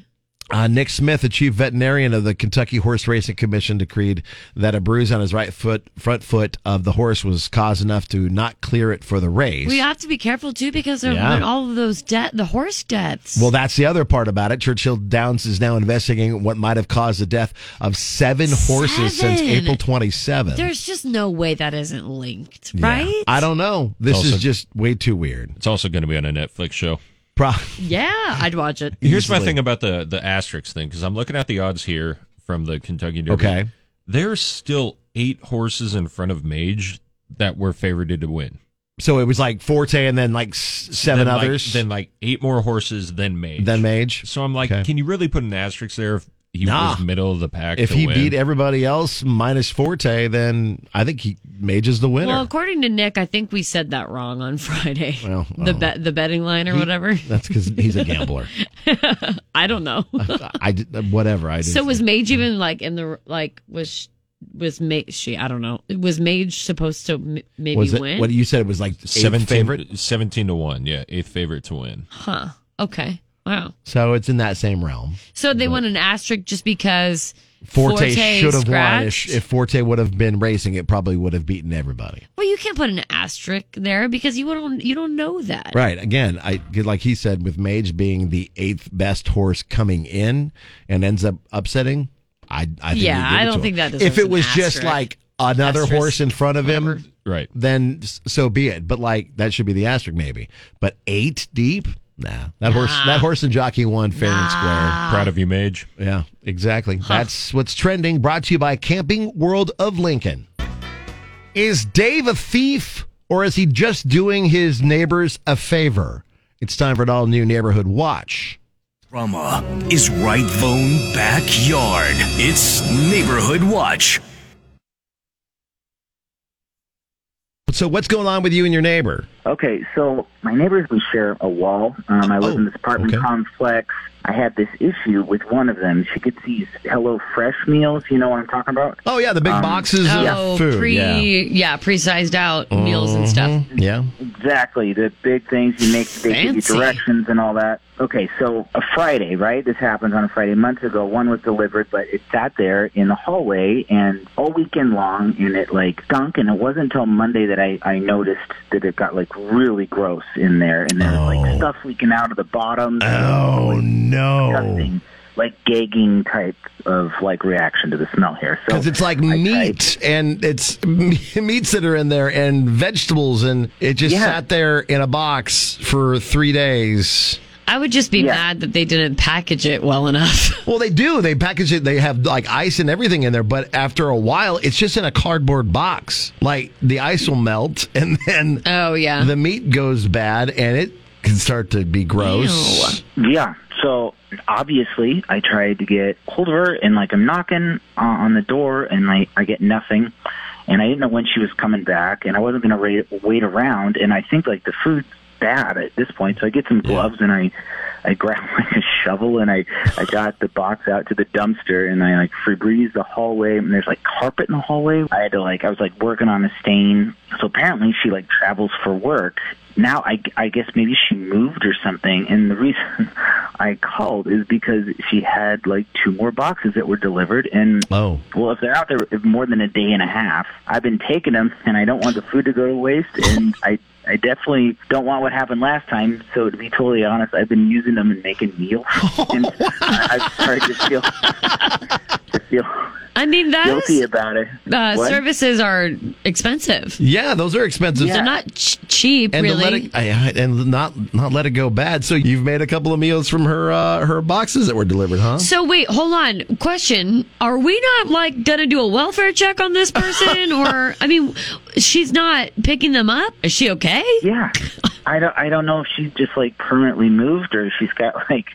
Speaker 8: Uh, Nick Smith, the chief veterinarian of the Kentucky Horse Racing Commission, decreed that a bruise on his right foot, front foot of the horse, was cause enough to not clear it for the race.
Speaker 9: We have to be careful too because there
Speaker 8: Yeah.
Speaker 9: have been all of those death, the horse deaths.
Speaker 8: well, that's the other part about it. Churchill Downs is now investigating what might have caused the death of seven, horses since
Speaker 9: Seven.
Speaker 8: April 27th.
Speaker 9: there's just no way that isn't linked,
Speaker 8: Yeah.
Speaker 9: right?
Speaker 8: I don't know. This
Speaker 10: Also-
Speaker 8: is just way too weird.
Speaker 10: It's also gonna be on a Netflix show.
Speaker 8: Pro-
Speaker 9: Yeah, I'd watch it.
Speaker 10: Here's my
Speaker 8: Easily.
Speaker 10: thing about the the asterisk thing because I'm looking at the odds here from the Kentucky Derby.
Speaker 8: Okay.
Speaker 10: there's still eight horses in front of Mage that were favored to win.
Speaker 8: So it was like Forte and then like s- seven
Speaker 10: Then, like-
Speaker 8: others.
Speaker 10: then like eight more horses, then Mage.
Speaker 8: Then Mage.
Speaker 10: So I'm like,
Speaker 8: Okay.
Speaker 10: can you really put an asterisk there if he
Speaker 8: Nah.
Speaker 10: was middle of the pack?
Speaker 8: if
Speaker 10: to
Speaker 8: he
Speaker 10: win?
Speaker 8: beat everybody else minus Forte, then I think he Mage is the winner.
Speaker 9: Well, according to Nick, I think we said that wrong on Friday.
Speaker 8: Well, oh.
Speaker 9: the bet, the betting line or whatever.
Speaker 8: That's because he's a gambler.
Speaker 9: I don't know.
Speaker 8: I did, whatever I did.
Speaker 9: so was Mage even like in the like was was Mage? She I don't know. Was Mage supposed to m- maybe
Speaker 8: was it,
Speaker 9: win?
Speaker 8: What you said it was like seven
Speaker 10: 17,
Speaker 8: favorite.
Speaker 10: 17 to 1. Yeah, eighth favorite to win.
Speaker 9: huh? Okay. Wow.
Speaker 8: So it's in that same realm.
Speaker 9: So they won an asterisk just because
Speaker 8: Forte, should have won.
Speaker 9: scratched?
Speaker 8: If, if Forte would have been racing, it probably would have beaten everybody.
Speaker 9: Well, you can't put an asterisk there because you don't you don't know that.
Speaker 8: Right. Again, I 'cause like he said with Mage being the eighth best horse coming in and ends up upsetting. I, I think you
Speaker 9: Yeah,
Speaker 8: give it
Speaker 9: I
Speaker 8: to
Speaker 9: don't
Speaker 8: him.
Speaker 9: think that
Speaker 8: If
Speaker 9: deserves
Speaker 8: it
Speaker 9: an
Speaker 8: was just
Speaker 9: asterisk.
Speaker 8: like another
Speaker 9: Asterisk.
Speaker 8: horse in front of him,
Speaker 10: Right.
Speaker 8: then s- so be it. But like that should be the asterisk maybe. But eight deep, nah. That horse, that horse and jockey won fair and square.
Speaker 10: Proud of you, Mage.
Speaker 8: Yeah, exactly. That's what's trending. Brought to you by Camping World of Lincoln. Is Dave a thief or is he just doing his neighbors a favor? It's time for an all new neighborhood watch.
Speaker 1: Drama is right bone backyard. It's Neighborhood Watch.
Speaker 8: So, what's going on with you and your neighbor?
Speaker 12: Okay, so my neighbors, we share a wall. Um, I live in this apartment
Speaker 8: Oh, okay.
Speaker 12: complex. I had this issue with one of them. She gets these Hello Fresh meals. You know what I'm talking about?
Speaker 8: Oh yeah, the big boxes
Speaker 9: Oh, pre yeah, pre-sized out meals and stuff.
Speaker 8: Mm-hmm. Yeah.
Speaker 12: Exactly. The big things you make, they give you
Speaker 9: Fancy.
Speaker 12: directions and all that. Okay, so a Friday, right? This happens on a Friday. Months ago, one was delivered, but it sat there in the hallway and all weekend long, and it like stunk. And it wasn't until Monday that I I noticed that it got like really gross in there, and there was like stuff leaking out of the bottom.
Speaker 8: Oh no.
Speaker 12: Like gagging type of like reaction to the smell here. So
Speaker 8: Because it's like meat and it's meats that are in there and vegetables, and it just
Speaker 12: Yeah.
Speaker 8: sat there in a box for three days.
Speaker 9: I would just be mad that they didn't package it well enough.
Speaker 8: Well, they do. They package it. They have like ice and everything in there. But after a while, it's just in a cardboard box. Like the ice will melt, and then
Speaker 9: oh yeah,
Speaker 8: the meat goes bad, and it can start to be gross.
Speaker 12: Yeah. So obviously, I tried to get hold of her, and like I'm knocking uh, on the door, and I I get nothing, and I didn't know when she was coming back, and I wasn't gonna ra- wait around, and I think like the food's bad at this point, so I get some gloves and I I grab like a shovel and I I got the box out to the dumpster and I like Febreze the hallway and there's like carpet in the hallway. I had to like I was like working on a stain, so apparently she like travels for work now I, I guess maybe she moved or something. And the reason I called is because she had like two more boxes that were delivered. And
Speaker 8: oh,
Speaker 12: well, if they're out there if more than a day and a half, I've been taking them, and I don't want the food to go to waste. And I I definitely don't want what happened last time. So to be totally honest, I've been using them and making meals. and I, I've started to feel to feel
Speaker 9: I mean that's
Speaker 12: guilty about it.
Speaker 9: uh,
Speaker 12: What?
Speaker 9: services are expensive.
Speaker 8: Yeah, those are expensive.
Speaker 9: They're not ch- cheap,
Speaker 8: And to
Speaker 9: really.
Speaker 8: let it, I- I- and not not let it go bad. So you've made a couple of meals from her uh, her boxes that were delivered, huh?
Speaker 9: So wait, hold on. Question: Are we not like gonna do a welfare check on this person, or I mean, she's not picking them up? Is she okay?
Speaker 12: Yeah. I don't I don't know if she's just like permanently moved or if she's got like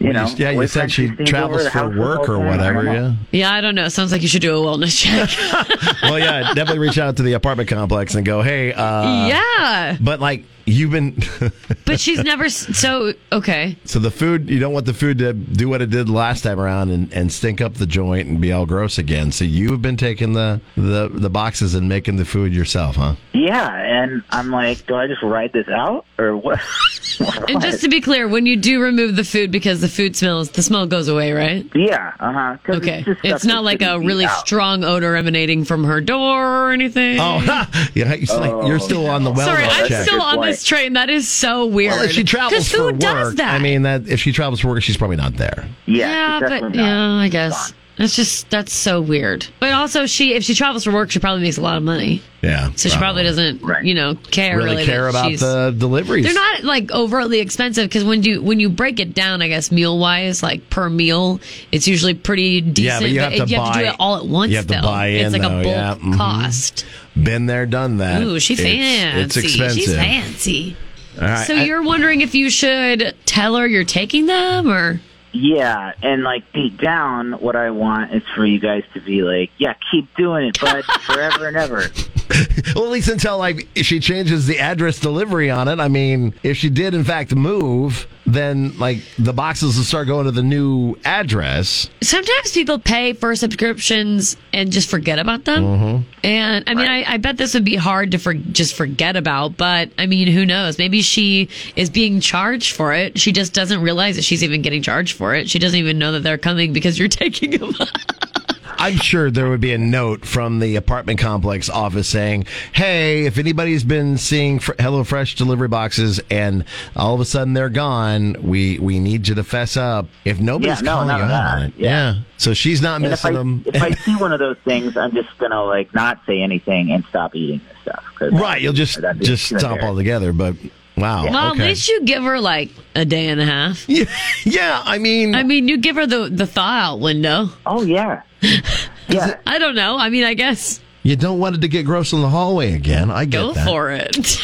Speaker 12: you
Speaker 8: Well,
Speaker 12: know
Speaker 8: you- yeah, you said
Speaker 12: boyfriend
Speaker 8: she
Speaker 12: who stays
Speaker 8: travels
Speaker 12: over the
Speaker 8: for
Speaker 12: house the
Speaker 8: work
Speaker 12: whole
Speaker 8: or
Speaker 12: time. I don't
Speaker 8: whatever,
Speaker 12: know.
Speaker 8: yeah.
Speaker 9: Yeah, I don't know. Sounds like you should do a wellness check.
Speaker 8: well, yeah, definitely reach out to the apartment complex and go, hey, uh,
Speaker 9: yeah,
Speaker 8: But like you've been,
Speaker 9: but she's never. s- So okay,
Speaker 8: so the food you don't want the food to do what it did last time around and, and stink up the joint and be all gross again. So you've been taking the the, the boxes and making the food yourself, huh?
Speaker 12: Yeah, and I'm like, do I just ride this out or what?
Speaker 9: and just to be clear, when you do remove the food because the food smells, the smell goes away, right?
Speaker 12: yeah, uh huh.
Speaker 9: Okay, it's not like a really
Speaker 12: strong.
Speaker 9: strong odor emanating from her door or anything.
Speaker 8: Oh, yeah, it's like you're still on the wellness
Speaker 9: Sorry, I'm
Speaker 8: check.
Speaker 9: still on
Speaker 12: point.
Speaker 9: this train. That is so weird.
Speaker 8: well, if she
Speaker 9: 'Cause
Speaker 8: travels
Speaker 9: who
Speaker 8: for work,
Speaker 9: does that?
Speaker 8: I mean, that if she travels for work, she's probably not there.
Speaker 12: Yeah,
Speaker 9: yeah,
Speaker 12: it's
Speaker 9: but
Speaker 12: definitely
Speaker 9: yeah,
Speaker 12: not.
Speaker 9: I guess. That's just that's so weird. But also, she if she travels for work, she probably makes a lot of money.
Speaker 8: Yeah.
Speaker 9: So she probably doesn't, you know, care
Speaker 8: really,
Speaker 9: really,
Speaker 8: care
Speaker 9: that
Speaker 8: about
Speaker 9: she's-
Speaker 8: the deliveries.
Speaker 9: They're not like overtly expensive because when you when you break it down, I guess meal wise, like per meal, it's usually pretty decent.
Speaker 8: Yeah, but you have, to,
Speaker 9: it- you
Speaker 8: buy,
Speaker 9: have to do it all at once.
Speaker 8: You have to
Speaker 9: though.
Speaker 8: buy in.
Speaker 9: It's like
Speaker 8: though,
Speaker 9: a bulk
Speaker 8: yeah, mhm.
Speaker 9: cost.
Speaker 8: Been there, done that.
Speaker 9: Ooh, she
Speaker 8: It's-
Speaker 9: fancy.
Speaker 8: It's, expensive.
Speaker 9: She's fancy.
Speaker 8: All right,
Speaker 9: so
Speaker 8: I-
Speaker 9: you're wondering if you should tell her you're taking them or
Speaker 12: Yeah, and like deep down, what I want is for you guys to be like, yeah, keep doing it, bud, forever and ever.
Speaker 8: Well, at least until like she changes the address delivery on it. I mean, if she did in fact move, then like the boxes will start going to the new address.
Speaker 9: sometimes people pay for subscriptions and just forget about them.
Speaker 8: Mhm.
Speaker 9: And I mean, I, I bet this would be hard to for, just forget about, but I mean, who knows? Maybe she is being charged for it. She just doesn't realize that she's even getting charged for it. She doesn't even know that they're coming because you're taking them.
Speaker 8: I'm sure there would be a note from the apartment complex office saying, "Hey, if anybody's been seeing fr- HelloFresh delivery boxes and all of a sudden they're gone, we we need you to fess up." If nobody's
Speaker 12: Yeah, no,
Speaker 8: calling
Speaker 12: none
Speaker 8: you
Speaker 12: of
Speaker 8: out
Speaker 12: that.
Speaker 8: on it, yeah. So she's not
Speaker 12: and if I,
Speaker 8: missing them.
Speaker 12: if I see one of those things, I'm just gonna like not say anything and stop eating this stuff. 'cause
Speaker 8: Right, you'll just
Speaker 12: that'd be
Speaker 8: just
Speaker 12: too
Speaker 8: stop
Speaker 12: embarrassing.
Speaker 8: altogether. But wow,
Speaker 9: well,
Speaker 8: okay.
Speaker 9: at least you give her like a day and a half.
Speaker 8: Yeah, yeah. I mean,
Speaker 9: I mean, you give her the the thaw out window.
Speaker 12: Oh yeah, yeah.
Speaker 9: I don't know. I mean, I guess
Speaker 8: You don't want it to get gross in the hallway again. I get
Speaker 9: go
Speaker 8: that.
Speaker 9: for it.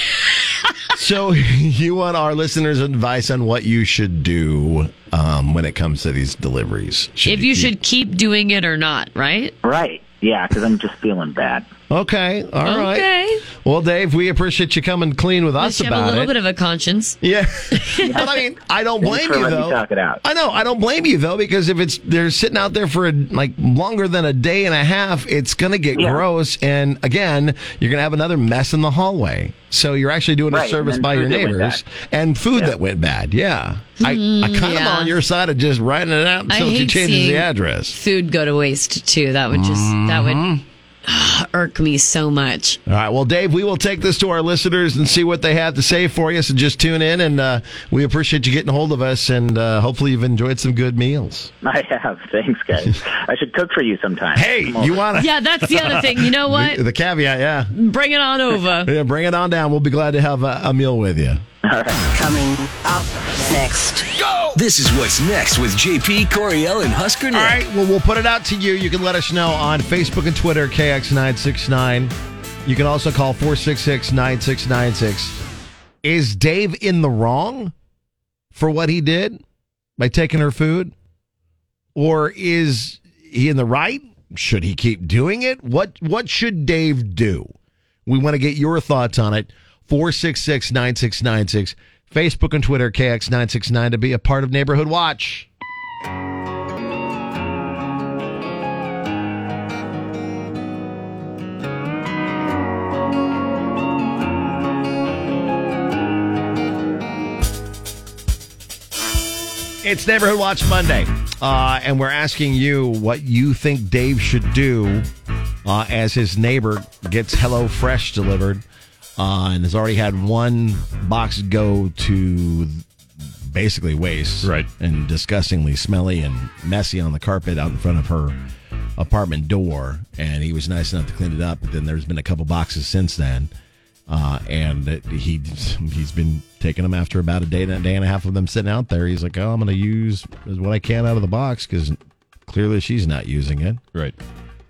Speaker 8: So you want our listeners' advice on what you should do um, when it comes to these deliveries?
Speaker 9: if you should keep doing it or not, right?
Speaker 12: Right. Yeah, because I'm just feeling bad.
Speaker 8: Okay. all right.
Speaker 9: Okay.
Speaker 8: Well, Dave, we appreciate you coming clean with us
Speaker 9: you have a
Speaker 8: about
Speaker 9: little
Speaker 8: it.
Speaker 9: bit of a conscience.
Speaker 8: Yeah. but I mean, I don't blame you though. I know. I don't blame you though because if it's they're sitting out there for like longer than a day and a half, it's gonna get
Speaker 12: Yeah.
Speaker 8: gross. And again, you're gonna have another mess in the hallway. So you're actually doing
Speaker 12: Right,
Speaker 8: a
Speaker 12: and
Speaker 8: service
Speaker 12: then
Speaker 8: by
Speaker 12: food
Speaker 8: your
Speaker 12: that went
Speaker 8: neighbors and food that went bad. Yeah. I, I
Speaker 9: Mm,
Speaker 8: kind of
Speaker 9: yeah.
Speaker 8: on your side of just writing it out
Speaker 9: I
Speaker 8: until she
Speaker 9: hate
Speaker 8: changes the
Speaker 9: seeing-
Speaker 8: address.
Speaker 9: Food go to waste too. That would just that would irk me so much.
Speaker 8: All right. Well, Dave, we will take this to our listeners and see what they have to say for you. So just tune in, and uh, we appreciate you getting a hold of us, and uh, hopefully you've enjoyed some good meals.
Speaker 12: I have. Thanks, guys. I should cook for you sometime.
Speaker 8: Hey, you want to?
Speaker 9: Yeah, that's the other thing. You know what?
Speaker 8: The, the caveat, yeah.
Speaker 9: Bring it on over.
Speaker 8: Yeah, bring it on down. We'll be glad to have a, a meal with you.
Speaker 1: Coming up next. Go! This is what's next with JP Coriel and Husker Nick.
Speaker 8: Oh. All right. Well, we'll put it out to you. You can let us know on Facebook and Twitter, KX969. You can also call 466 9696. Is Dave in the wrong for what he did by taking her food? Or is he in the right? Should he keep doing it? What what should Dave do? We want to get your thoughts on it. 466 9696. Facebook and Twitter, KX969 to be a part of Neighborhood Watch. It's Neighborhood Watch Monday, uh, and we're asking you what you think Dave should do uh, as his neighbor gets Hello Fresh delivered uh, and has already had one box go to basically waste, right? And disgustingly smelly and messy on the carpet out in front of her apartment door. And he was nice enough to clean it up, but then there's been a couple boxes since then uh, and that he he's been taking them after about a day and a day and a half of them sitting out there. He's like, "Oh, I'm going to use what I can out of the box because clearly she's not using it." Right.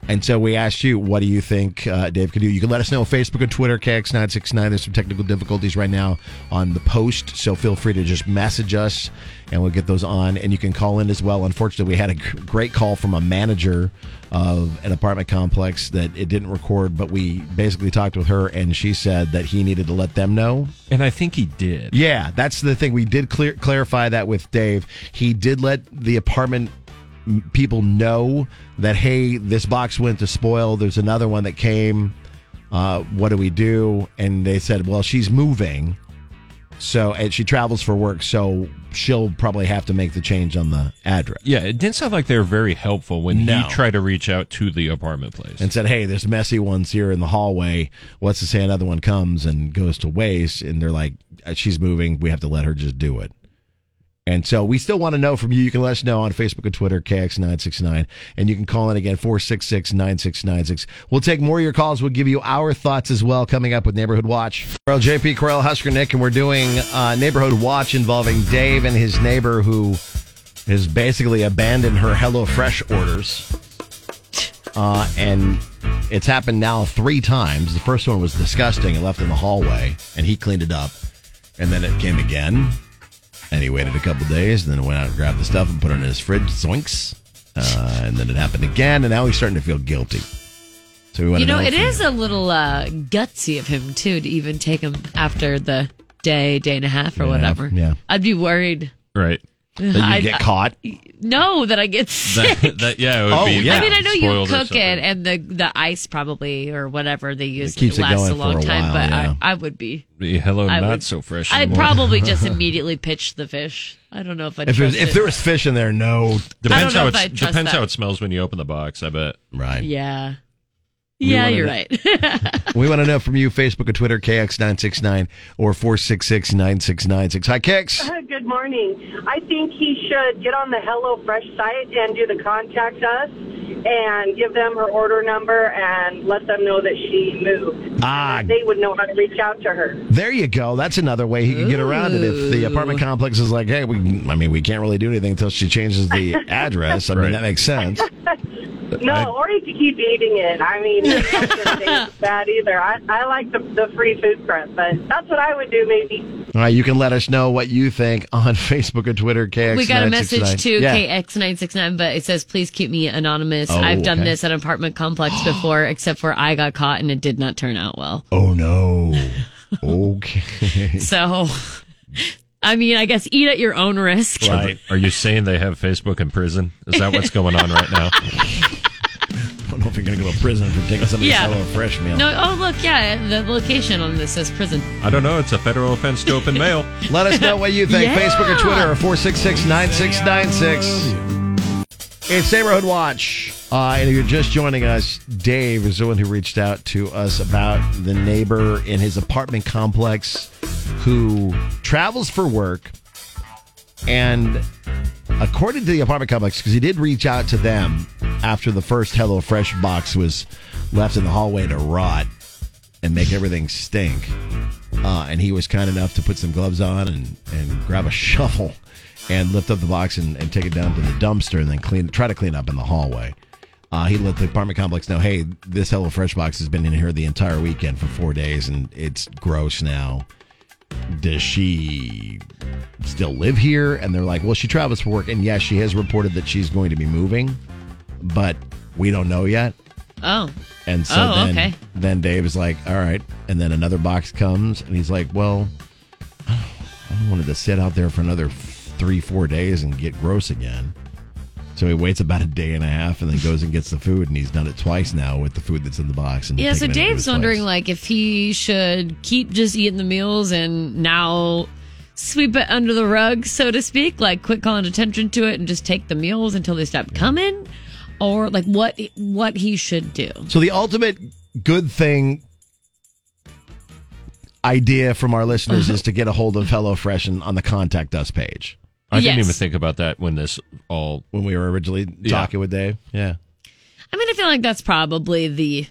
Speaker 8: And so we asked you, what do you think uh, Dave could do? You can let us know Facebook and Twitter, KX969. There's some technical difficulties right now on the post, so feel free to just message us and we'll get those on. And you can call in as well. Unfortunately, we had a g- great call from a manager of an apartment complex that it didn't record, but we basically talked with her and she said that he needed to let them know.
Speaker 10: And I think he did.
Speaker 8: Yeah, that's the thing. We did clear, clarify that with Dave. He did let the apartment m- people know that hey, this box went to spoil. There's another one that came. Uh, what do we do? And they said, well, she's moving, so and she travels for work, so she'll probably have to make the change on the address.
Speaker 10: Yeah, it didn't sound like they were very helpful when
Speaker 8: No.
Speaker 10: he tried to reach out to the apartment place.
Speaker 8: and said, "Hey, there's messy ones here in the hallway. What's to say another one uh, comes and goes to waste?" And they're like, "She's moving. We have to let her just do it." And so we still want to know from you. You can let us know on Facebook and Twitter, KX969. And you can call in again, 466 9696. We'll take more of your calls. We'll give you our thoughts as well coming up with Neighborhood Watch. Well, JP Correll, Husker Nick, and we're doing uh, Neighborhood Watch involving Dave and his neighbor who has basically abandoned her HelloFresh orders. Uh, and it's happened now three times. The first one was disgusting. It left in the hallway, and he cleaned it up. And then it came again. And he waited a couple days, and then went out and grabbed the stuff and put it in his fridge. Zoinks! Uh, and then it happened again, and now he's starting to feel guilty. So we want
Speaker 9: You know,
Speaker 8: it
Speaker 9: it
Speaker 8: is.
Speaker 9: is a little uh, gutsy of him too to even take him after the day, day and a half, or
Speaker 10: Yeah,
Speaker 9: whatever.
Speaker 10: yeah.
Speaker 9: I'd be worried.
Speaker 10: Right.
Speaker 9: That you I'd- get
Speaker 8: caught.
Speaker 9: No, that I get sick.
Speaker 10: That, that- yeah, it would
Speaker 8: Oh,
Speaker 10: be.
Speaker 8: yeah.
Speaker 9: I mean, I know you
Speaker 8: Spoiled or
Speaker 9: cook
Speaker 8: something.
Speaker 9: it, and the the ice probably or whatever they use
Speaker 10: keeps it
Speaker 9: lasts
Speaker 10: going
Speaker 9: a long
Speaker 10: for a
Speaker 9: time.
Speaker 10: while,
Speaker 9: but
Speaker 10: yeah.
Speaker 9: I, I would be.
Speaker 10: Be hello,
Speaker 9: I
Speaker 10: not
Speaker 9: would-
Speaker 10: so fresh.
Speaker 9: I'd
Speaker 10: anymore.
Speaker 9: probably just immediately pitch the fish. I don't know if I'd
Speaker 8: If,
Speaker 9: trust
Speaker 8: there's- if
Speaker 9: it.
Speaker 8: there was fish in there, no.
Speaker 10: Depends
Speaker 9: I
Speaker 10: how
Speaker 9: don't know if
Speaker 10: it's,
Speaker 9: I'd trust
Speaker 10: depends
Speaker 9: that.
Speaker 10: how it smells when you open the box. I bet.
Speaker 8: Right.
Speaker 9: yeah,
Speaker 8: We
Speaker 9: yeah,
Speaker 8: wanted
Speaker 9: you're
Speaker 8: it.
Speaker 9: right.
Speaker 8: we want to know from you, Facebook and Twitter, KX969 or 466 9696. Hi, KX.
Speaker 13: Good morning. I think he should get on the HelloFresh site and do the contact us and give them her order number and let them know that she moved.
Speaker 8: Ah.
Speaker 13: They would know how to reach out to her.
Speaker 8: There you go. That's another way he could get around it. If the apartment complex is like, hey, we, I mean, we can't really do anything until she changes the address. I mean, that makes sense.
Speaker 13: No, or you could keep eating it. I mean, it's not gonna taste bad either. I, I like the, the free food prep, but that's what I would do maybe.
Speaker 8: All right, you can let us know what you think on Facebook and Twitter, KX.
Speaker 9: we got a message to
Speaker 8: Yeah.
Speaker 9: KX969, but it says, please keep me anonymous.
Speaker 8: Oh,
Speaker 9: I've done
Speaker 8: okay.
Speaker 9: this at an apartment complex before, except for I got caught and it did not turn out well.
Speaker 8: Oh, no. Okay.
Speaker 9: So, I mean, I guess eat at your own risk.
Speaker 10: Right. Are you saying they have Facebook in prison? Is that what's going on right now?
Speaker 8: I don't know if you're going to go to prison for taking somebody's
Speaker 9: Yeah.
Speaker 8: hello fresh meal.
Speaker 9: No, oh, look, yeah, the location on this says prison.
Speaker 10: I don't know. It's a federal offense to open mail.
Speaker 8: Let us know what you think.
Speaker 9: Yeah.
Speaker 8: Facebook or Twitter, 466 9696. It's Neighborhood Watch. Uh, and if you're just joining us, Dave is the one who reached out to us about the neighbor in his apartment complex who travels for work. And according to the apartment complex, because he did reach out to them after the first HelloFresh box was left in the hallway to rot and make everything stink. Uh, and he was kind enough to put some gloves on and, and grab a shovel and lift up the box and, and take it down to the dumpster and then clean try to clean up in the hallway. Uh, he let the apartment complex know, hey, this HelloFresh box has been in here the entire weekend for four days and it's gross now does she still live here? And they're like, well, she travels for work. And yes, she has reported that she's going to be moving, but we don't know yet.
Speaker 9: Oh.
Speaker 8: And so
Speaker 9: Oh,
Speaker 8: then,
Speaker 9: okay.
Speaker 8: then Dave is like, all right. And then another box comes and he's like, well, I wanted to sit out there for another three, four days and get gross again. So he waits about a day and a half and then goes and gets the food. And he's done it twice now with the food that's in the box. And
Speaker 9: Yeah, so
Speaker 8: taken it into
Speaker 9: Dave's
Speaker 8: his place.
Speaker 9: wondering like if he should keep just eating the meals and now sweep it under the rug, so to speak, like quit calling attention to it and just take the meals until they stop coming, or like what what he should do.
Speaker 8: So the ultimate good thing idea from our listeners is to get a hold of HelloFresh and on the contact us page.
Speaker 10: I didn't
Speaker 9: Yes.
Speaker 10: even think about that when this all
Speaker 8: when we were originally talking with Dave. Yeah,
Speaker 9: I mean, I feel like that's probably the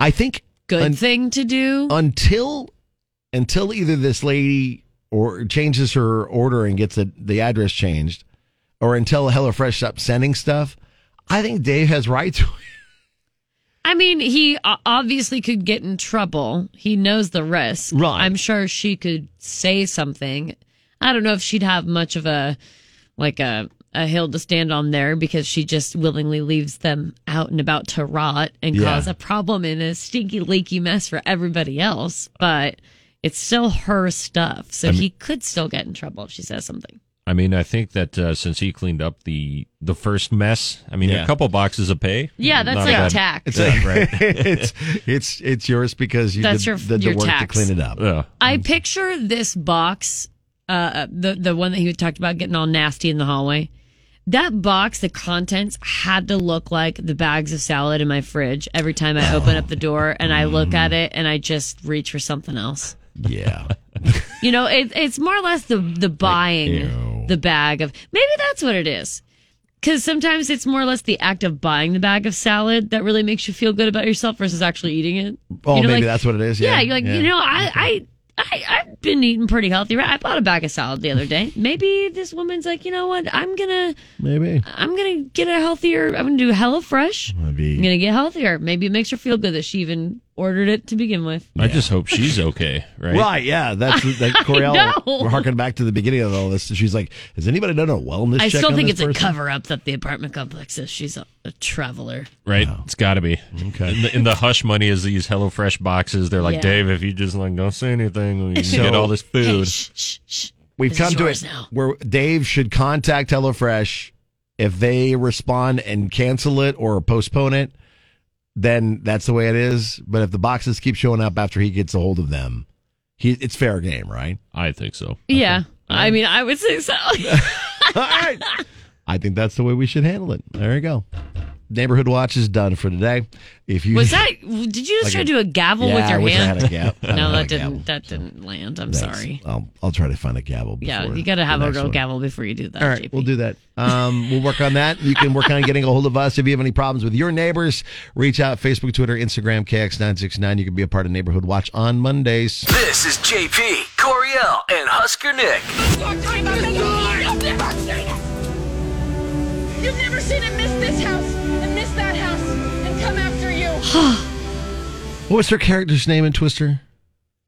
Speaker 8: I think
Speaker 9: good
Speaker 8: un-
Speaker 9: thing to do.
Speaker 8: until until either this lady or changes her order and gets the, the address changed, or until HelloFresh stops sending stuff, I think Dave has right to
Speaker 9: I mean, he o- obviously could get in trouble. He knows the risk. Right. I'm sure she could say something. I don't know if she'd have much of a like a a hill to stand on there because she just willingly leaves them out and about to rot and
Speaker 14: Yeah.
Speaker 9: cause a problem and a stinky leaky mess for everybody else. But it's still her stuff, so
Speaker 10: I mean-
Speaker 9: he could still get in trouble if she says something.
Speaker 10: I mean, I think that uh, since he cleaned up the the first mess, I mean,
Speaker 8: Yeah.
Speaker 10: a couple boxes of pay.
Speaker 9: Yeah, that's
Speaker 10: not a
Speaker 9: like
Speaker 10: bad-
Speaker 9: tax.
Speaker 8: It's
Speaker 10: Yeah,
Speaker 8: like-
Speaker 10: right.
Speaker 8: it's it's it's yours because you
Speaker 9: That's
Speaker 8: did,
Speaker 9: your-
Speaker 8: did the
Speaker 9: your
Speaker 8: work
Speaker 9: tax.
Speaker 8: to clean it up.
Speaker 10: Yeah.
Speaker 9: I picture this box, uh, the the one that he talked about getting all nasty in the hallway. That box, the contents had to look like the bags of salad in my fridge every time I open up the door and I look at it and I just reach for something else.
Speaker 8: Yeah.
Speaker 9: You know, it, it's more or less the the buying the bag of maybe that's what it is. Because sometimes it's more or less the act of buying the bag of salad that really makes you feel good about yourself versus actually eating it.
Speaker 8: Oh,
Speaker 9: You know,
Speaker 8: maybe
Speaker 9: like-
Speaker 8: that's what it is.
Speaker 9: Yeah,
Speaker 8: Yeah,
Speaker 9: you're like,
Speaker 8: yeah.
Speaker 9: you know, I, I, I, I've been eating pretty healthy. Right? I bought a bag of salad the other day. Maybe this woman's like, you know what? I'm gonna,
Speaker 8: Maybe.
Speaker 9: I'm gonna get a healthier. I'm gonna do HelloFresh.
Speaker 8: Maybe.
Speaker 9: I'm gonna get healthier. Maybe it makes her feel good that she even ordered it to begin with.
Speaker 10: I just hope she's okay, right?
Speaker 8: Right, yeah, that's that
Speaker 9: I
Speaker 8: Coriel.
Speaker 9: know.
Speaker 8: We're harking back to the beginning of all this. She's like, "Has anybody done a wellness
Speaker 9: I
Speaker 8: check?"
Speaker 9: still
Speaker 8: on
Speaker 9: think
Speaker 8: this
Speaker 9: it's a
Speaker 8: person?
Speaker 9: cover up that the apartment complex is. She's a, a traveler.
Speaker 10: Right, it's got to be.
Speaker 8: Okay.
Speaker 10: And the, and the hush money is these HelloFresh boxes. They're like,
Speaker 9: Yeah.
Speaker 10: Dave, if you just like don't say anything, we can
Speaker 8: So-
Speaker 10: get all this food.
Speaker 8: We've
Speaker 10: This
Speaker 8: come
Speaker 10: is
Speaker 8: to
Speaker 10: yours
Speaker 8: it where Dave should contact HelloFresh. If they respond and cancel it or postpone it, then that's the way it is. But if the boxes keep showing up after he gets a hold of them, he, it's fair game, right?
Speaker 10: I think so.
Speaker 9: Yeah, I mean, I would say so.
Speaker 8: I think that's the way we should handle it. There you go. Neighborhood Watch is done for today. If you
Speaker 9: Was that? Did you just
Speaker 8: Like
Speaker 9: try
Speaker 8: a-
Speaker 9: to do a gavel
Speaker 8: Yeah,
Speaker 9: with your
Speaker 8: I wish I
Speaker 9: hand?
Speaker 8: had a gab- I had
Speaker 9: no,
Speaker 8: a
Speaker 9: that didn't. that didn't land. I'm
Speaker 8: Thanks.
Speaker 9: sorry.
Speaker 8: I'll, I'll try to find a gavel.
Speaker 9: Yeah,
Speaker 8: before
Speaker 9: you got to
Speaker 8: the
Speaker 9: have a
Speaker 8: next
Speaker 9: real
Speaker 8: one.
Speaker 9: gavel before you do that.
Speaker 8: All right, we'll do that. Um, we'll work on that. You can work on getting a hold of us if you have any problems with your neighbors. Reach out Facebook, Twitter, Instagram, KX969. You can be a part of Neighborhood Watch on Mondays.
Speaker 1: This is JP, Coriel, and Husker Nick.
Speaker 14: You've never seen him miss this house and miss that house and come after you.
Speaker 8: What was her character's name in Twister?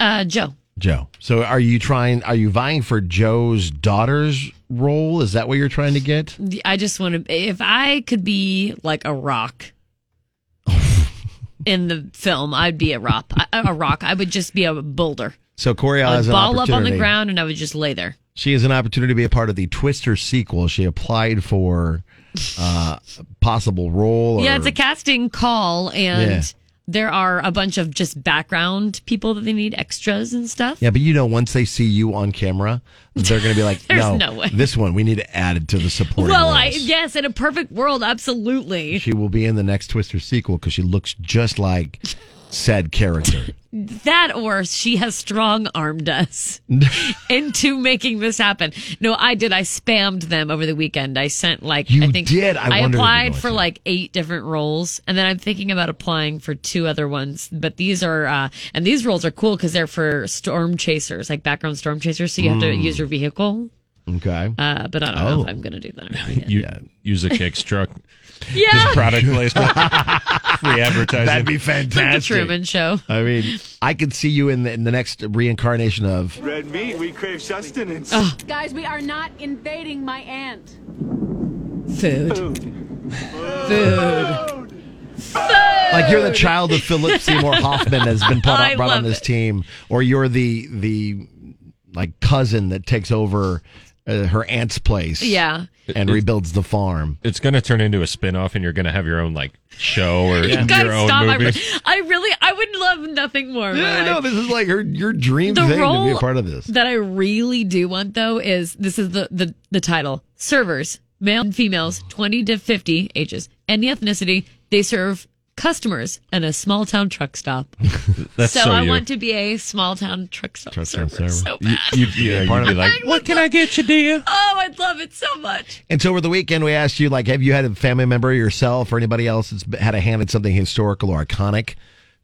Speaker 9: Uh, Joe.
Speaker 8: Joe. So are you trying, are you vying for Joe's daughter's role? Is that what you're trying to get?
Speaker 9: I just want to. If I could be like a rock in the film, I'd be a rock. I- A rock. I would just be a boulder.
Speaker 8: So Corey
Speaker 9: I
Speaker 8: has
Speaker 9: would
Speaker 8: an
Speaker 9: ball up on the
Speaker 8: opportunity.
Speaker 9: ground and I would just lay there.
Speaker 8: She has an opportunity to be a part of the Twister sequel. She applied for uh, a possible role.
Speaker 9: Yeah,
Speaker 8: or-
Speaker 9: it's a casting call, and
Speaker 8: Yeah.
Speaker 9: there are a bunch of just background people that they need extras and stuff.
Speaker 8: Yeah, but you know, once they see you on camera, they're going to be like,
Speaker 9: There's
Speaker 8: no,
Speaker 9: no way."
Speaker 8: this one we need to add it to the supporting.
Speaker 9: Well,
Speaker 8: roles."
Speaker 9: I, yes, in a perfect world, absolutely.
Speaker 8: she will be in the next Twister sequel because she looks just like said character.
Speaker 9: That or she has strong armed us into making this happen. No, I did. I spammed them over the weekend. I sent like I think
Speaker 8: did? I wondered if you
Speaker 9: applied
Speaker 8: noticed
Speaker 9: for like eight different roles, and then I'm thinking about applying for two other ones. But these are uh and these roles are cool because they're for storm chasers, like background storm chasers. So you have to
Speaker 8: Hmm.
Speaker 10: Mm.
Speaker 9: use your vehicle.
Speaker 8: Okay.
Speaker 9: Uh, but I don't know
Speaker 10: Oh.
Speaker 9: if I'm gonna do that. Or not yet.
Speaker 10: You use a kicks truck.
Speaker 9: Yeah.
Speaker 10: Just product placement. Free advertising.
Speaker 8: That'd be
Speaker 9: Like the
Speaker 8: fantastic.
Speaker 9: Truman Show.
Speaker 8: I mean, I could see you in the, in the next reincarnation of.
Speaker 14: Red meat, we crave sustenance. Guys, we are not invading my aunt.
Speaker 9: Food. Food.
Speaker 8: Like you're the child of Philip Seymour Hoffman has been brought,
Speaker 9: I
Speaker 8: on- brought on
Speaker 9: love
Speaker 8: this team, or you're the the like cousin that takes over uh, her aunt's place.
Speaker 9: Yeah.
Speaker 8: and rebuilds the farm.
Speaker 10: It's going to turn into a spin off, and you're going to have your own like show or
Speaker 9: You
Speaker 10: your
Speaker 9: guys
Speaker 10: own
Speaker 9: stop. I,
Speaker 10: movie.
Speaker 9: re- I really, I would love nothing more. in my
Speaker 8: Yeah, I know
Speaker 9: life.
Speaker 8: this is like her your dream
Speaker 9: The
Speaker 8: thing to be
Speaker 9: role
Speaker 8: a part of this.
Speaker 9: that I really do want though is this is the the, the title servers male and females 20 to 50 ages any ethnicity they serve customers at a small town truck stop
Speaker 10: That's
Speaker 9: so,
Speaker 10: so
Speaker 9: I
Speaker 10: you.
Speaker 9: want to be a small town truck stop server, so
Speaker 10: You-
Speaker 9: bad.
Speaker 10: you- yeah, you'd be like,
Speaker 8: what can I get you, dear?
Speaker 9: oh I'd love it so much
Speaker 8: And so over the weekend, we asked you, like, have you had a family member yourself or anybody else that's b- had a hand in something historical or iconic,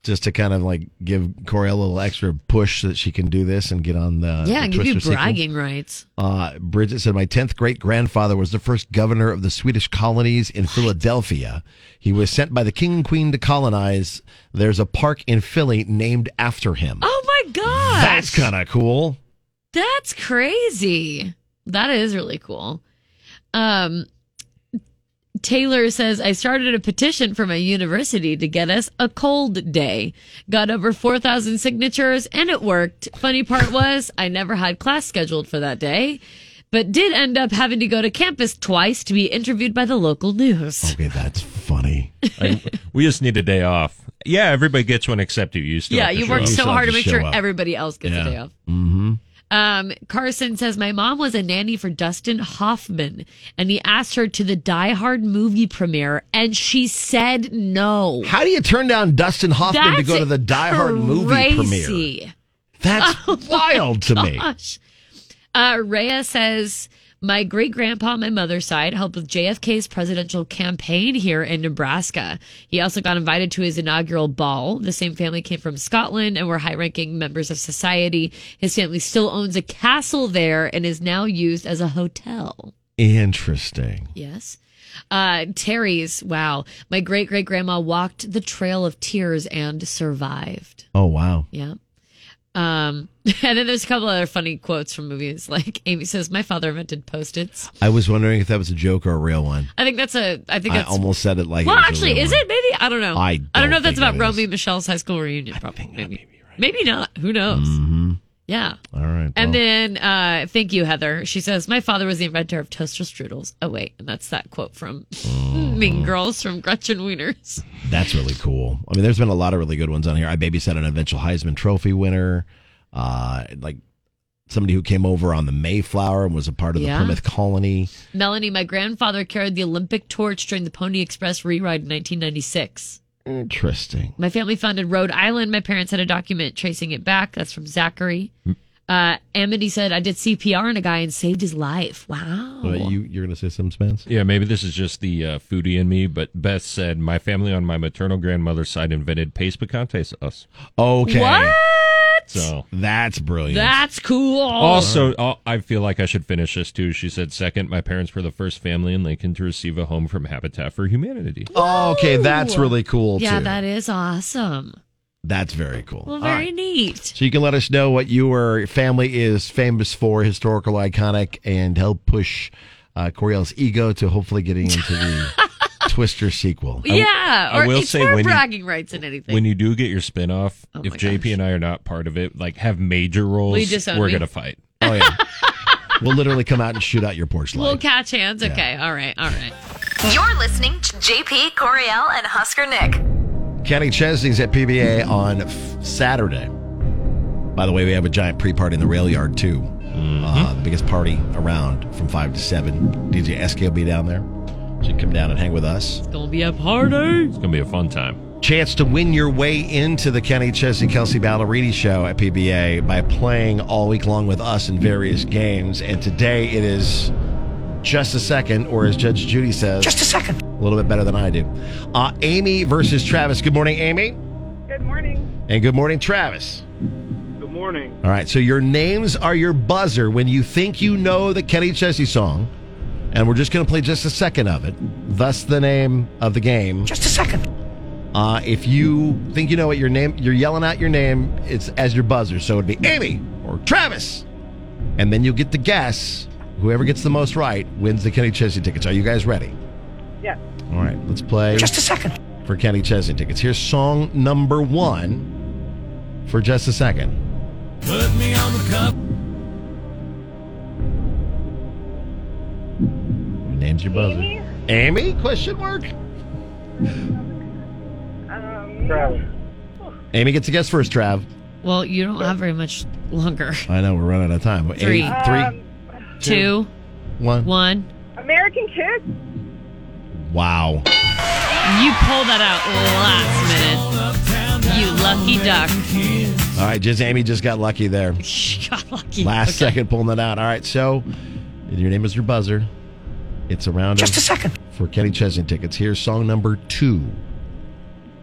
Speaker 8: just to kind of like give Coriel a little extra push so that she can do this and get on the
Speaker 9: yeah
Speaker 8: Uh, the
Speaker 9: give you
Speaker 8: Twister sequel?
Speaker 9: bragging rights
Speaker 8: Uh, Bridget said, My 10th great grandfather was the first governor of the Swedish colonies in Philadelphia. He was sent by the king and queen to colonize. There's a park in Philly named after him.
Speaker 9: oh my god
Speaker 8: That's kind of cool.
Speaker 9: That's crazy. That is really cool. Um, Taylor says, I started a petition for my university to get us a cold day. Got over 4,000 signatures and it worked. Funny part was, I never had class scheduled for that day, but did end up having to go to campus twice to be interviewed by the local news.
Speaker 8: Okay, that's funny.
Speaker 10: we just need a day off. Yeah, everybody gets one except you. You still
Speaker 9: yeah,
Speaker 10: have to
Speaker 9: you
Speaker 10: show
Speaker 9: worked
Speaker 10: up.
Speaker 9: so hard to make sure everybody else gets
Speaker 10: Yeah.
Speaker 9: a day off.
Speaker 10: Mm-hmm.
Speaker 9: Um, Carson says, My mom was a nanny for Dustin Hoffman, and he asked her to the Die Hard movie premiere, and she said no.
Speaker 8: How do you turn down Dustin Hoffman to
Speaker 9: That's
Speaker 8: go to the Die Hard movie premiere?
Speaker 9: crazy. Oh
Speaker 8: That's wild to me.
Speaker 9: Gosh. Uh, Rhea says, My great grandpa on my mother's side helped with JFK's presidential campaign here in Nebraska. He also got invited to his inaugural ball. The same family came from Scotland and were high ranking members of society. His family still owns a castle there and is now used as a hotel.
Speaker 8: Interesting.
Speaker 9: Yes. Uh, Terry's, wow. My great great grandma walked the Trail of Tears and survived.
Speaker 8: Oh wow.
Speaker 9: Yeah. Um, and then there's a couple other funny quotes from movies. Like Amy says, "My father invented post-its."
Speaker 8: I was wondering if that was a joke or a real one.
Speaker 9: I think that's a. I think
Speaker 8: I
Speaker 9: that's.
Speaker 8: almost said it like.
Speaker 9: well,
Speaker 8: it was a
Speaker 9: actually,
Speaker 8: real
Speaker 9: is
Speaker 8: one.
Speaker 9: it? Maybe I don't know.
Speaker 8: I
Speaker 9: I don't
Speaker 8: don't
Speaker 9: know if
Speaker 8: think
Speaker 9: that's about
Speaker 8: it
Speaker 9: Romy and Michelle's high school reunion. Probably maybe. Maybe not. Who knows?
Speaker 8: Mhm.
Speaker 9: Yeah.
Speaker 8: All right. well,
Speaker 9: And then, uh, thank you, Heather. She says, "My father was the inventor of toaster strudels." Oh wait, and that's that quote from
Speaker 8: Oh.
Speaker 9: Mean Girls from Gretchen Wieners.
Speaker 8: that's really cool. I mean, there's been a lot of really good ones on here. I babysat an eventual Heisman Trophy winner, uh, like somebody who came over on the Mayflower and was a part of
Speaker 9: Yeah.
Speaker 8: the Plymouth Colony.
Speaker 9: Melanie, my grandfather carried the Olympic torch during the Pony Express reride in 1996.
Speaker 8: Interesting.
Speaker 9: My family founded Rhode Island. My parents had a document tracing it back. That's from Zachary.
Speaker 8: Hmm.
Speaker 9: Uh, Amity said, I did CPR on a guy and saved his life. Wow.
Speaker 8: you you're gonna say some Spence?
Speaker 10: Yeah, maybe this is just the uh, foodie in me, but Beth said my family on my maternal grandmother's side invented paste picante sauce.
Speaker 9: Oh.
Speaker 8: Okay.
Speaker 9: What?
Speaker 10: So
Speaker 8: that's brilliant.
Speaker 9: That's cool.
Speaker 10: Also, uh, I feel like I should finish this too. She said, second, my parents were the first family in Lincoln to receive a home from Habitat for Humanity.
Speaker 8: Oh, okay, that's
Speaker 9: Whoa.
Speaker 8: really cool
Speaker 9: Yeah,
Speaker 8: too.
Speaker 9: that is awesome.
Speaker 8: that's very cool.
Speaker 9: Well,
Speaker 8: All
Speaker 9: very
Speaker 8: right.
Speaker 9: neat.
Speaker 8: So you can let us know what your family is famous for, historical, iconic, and help push uh, Coriel's ego to hopefully getting into the Twister sequel.
Speaker 9: yeah.
Speaker 10: I
Speaker 9: or
Speaker 10: will
Speaker 9: it's
Speaker 10: say
Speaker 9: for
Speaker 10: when you-
Speaker 9: bragging rights and anything.
Speaker 10: When you do get your spinoff,
Speaker 9: Oh
Speaker 10: if
Speaker 9: my
Speaker 10: JP and I are not part of it, like have major roles,
Speaker 9: Will you disown
Speaker 10: we're
Speaker 9: me?
Speaker 10: going to fight.
Speaker 8: Oh yeah. we'll literally come out and shoot out your porch light.
Speaker 9: we'll catch hands. Okay. All right. All right.
Speaker 4: You're listening to JP Coriel and Husker Nick.
Speaker 8: Kenny Chesney's at PBA on f- Saturday. By the way, we have a giant pre-party in the rail yard too. Uh, the biggest party around from five to seven. DJ SK will be down there. So you can come down and hang with us.
Speaker 9: It's gonna be a party. It's
Speaker 10: gonna be a fun time.
Speaker 8: Chance to win your way into the Kenny Chesney Kelsey Ballerini show at PBA by playing all week long with us in various games. And today it is just a second, or as Judge Judy says, just a second. A little bit better than I do. Uh, Amy versus Travis. Good morning, Amy.
Speaker 15: Good morning.
Speaker 8: And good morning, Travis.
Speaker 15: Good morning.
Speaker 8: All right, so your names are your buzzer when you think you know the Kenny Chesney song, and we're just going to play just a second of it. Thus, the name of the game. Just a second. Uh, if you think you know what your name, you're yelling out your name. It's as your buzzer, so it'd be Amy or Travis, and then you'll get the guess. Whoever gets the most right wins the Kenny Chesney tickets. Are you guys ready?
Speaker 15: Yeah.
Speaker 8: All right, let's play. Just a second. For Kenny Chesney tickets. Here's song number one for just a second.
Speaker 11: Put me on the cup.
Speaker 8: Name's your buzzer. Amy? Question mark. Amy gets a guess first, Trav.
Speaker 9: Well, you don't have very much longer.
Speaker 8: I know we're running out of time.
Speaker 9: Three.
Speaker 8: Amy, three,
Speaker 9: Two.
Speaker 8: one.
Speaker 9: One.
Speaker 15: American Kids?
Speaker 8: Wow.
Speaker 9: You pulled that out last minute. You lucky duck.
Speaker 8: All right, just Amy just got lucky there.
Speaker 9: Got lucky.
Speaker 8: Last
Speaker 9: Okay.
Speaker 8: second pulling that out. All right, so your name is your buzzer. It's a round just a second for Kenny Chesney tickets. Here's song number two.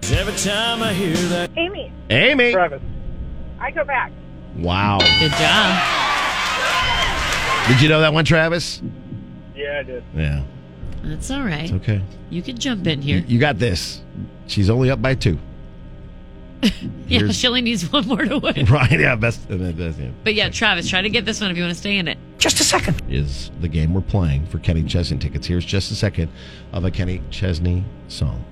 Speaker 11: Every time I hear that.
Speaker 15: Amy,
Speaker 8: Amy.
Speaker 15: I go back.
Speaker 8: Wow.
Speaker 9: Good job.
Speaker 8: Did you know that one, Travis?
Speaker 15: Yeah, I did.
Speaker 8: Yeah.
Speaker 9: That's all right.
Speaker 8: It's okay.
Speaker 9: You can jump in here.
Speaker 8: You, you got this. She's only up by two.
Speaker 9: Yeah,
Speaker 8: Here's-
Speaker 9: she only needs one more to win.
Speaker 8: Right. Yeah. Best. uh, best yeah.
Speaker 9: But yeah, Travis, try to get this one if you want to stay in it.
Speaker 8: Just a second. Is the game we're playing for Kenny Chesney tickets. Here's just a second of a Kenny Chesney song.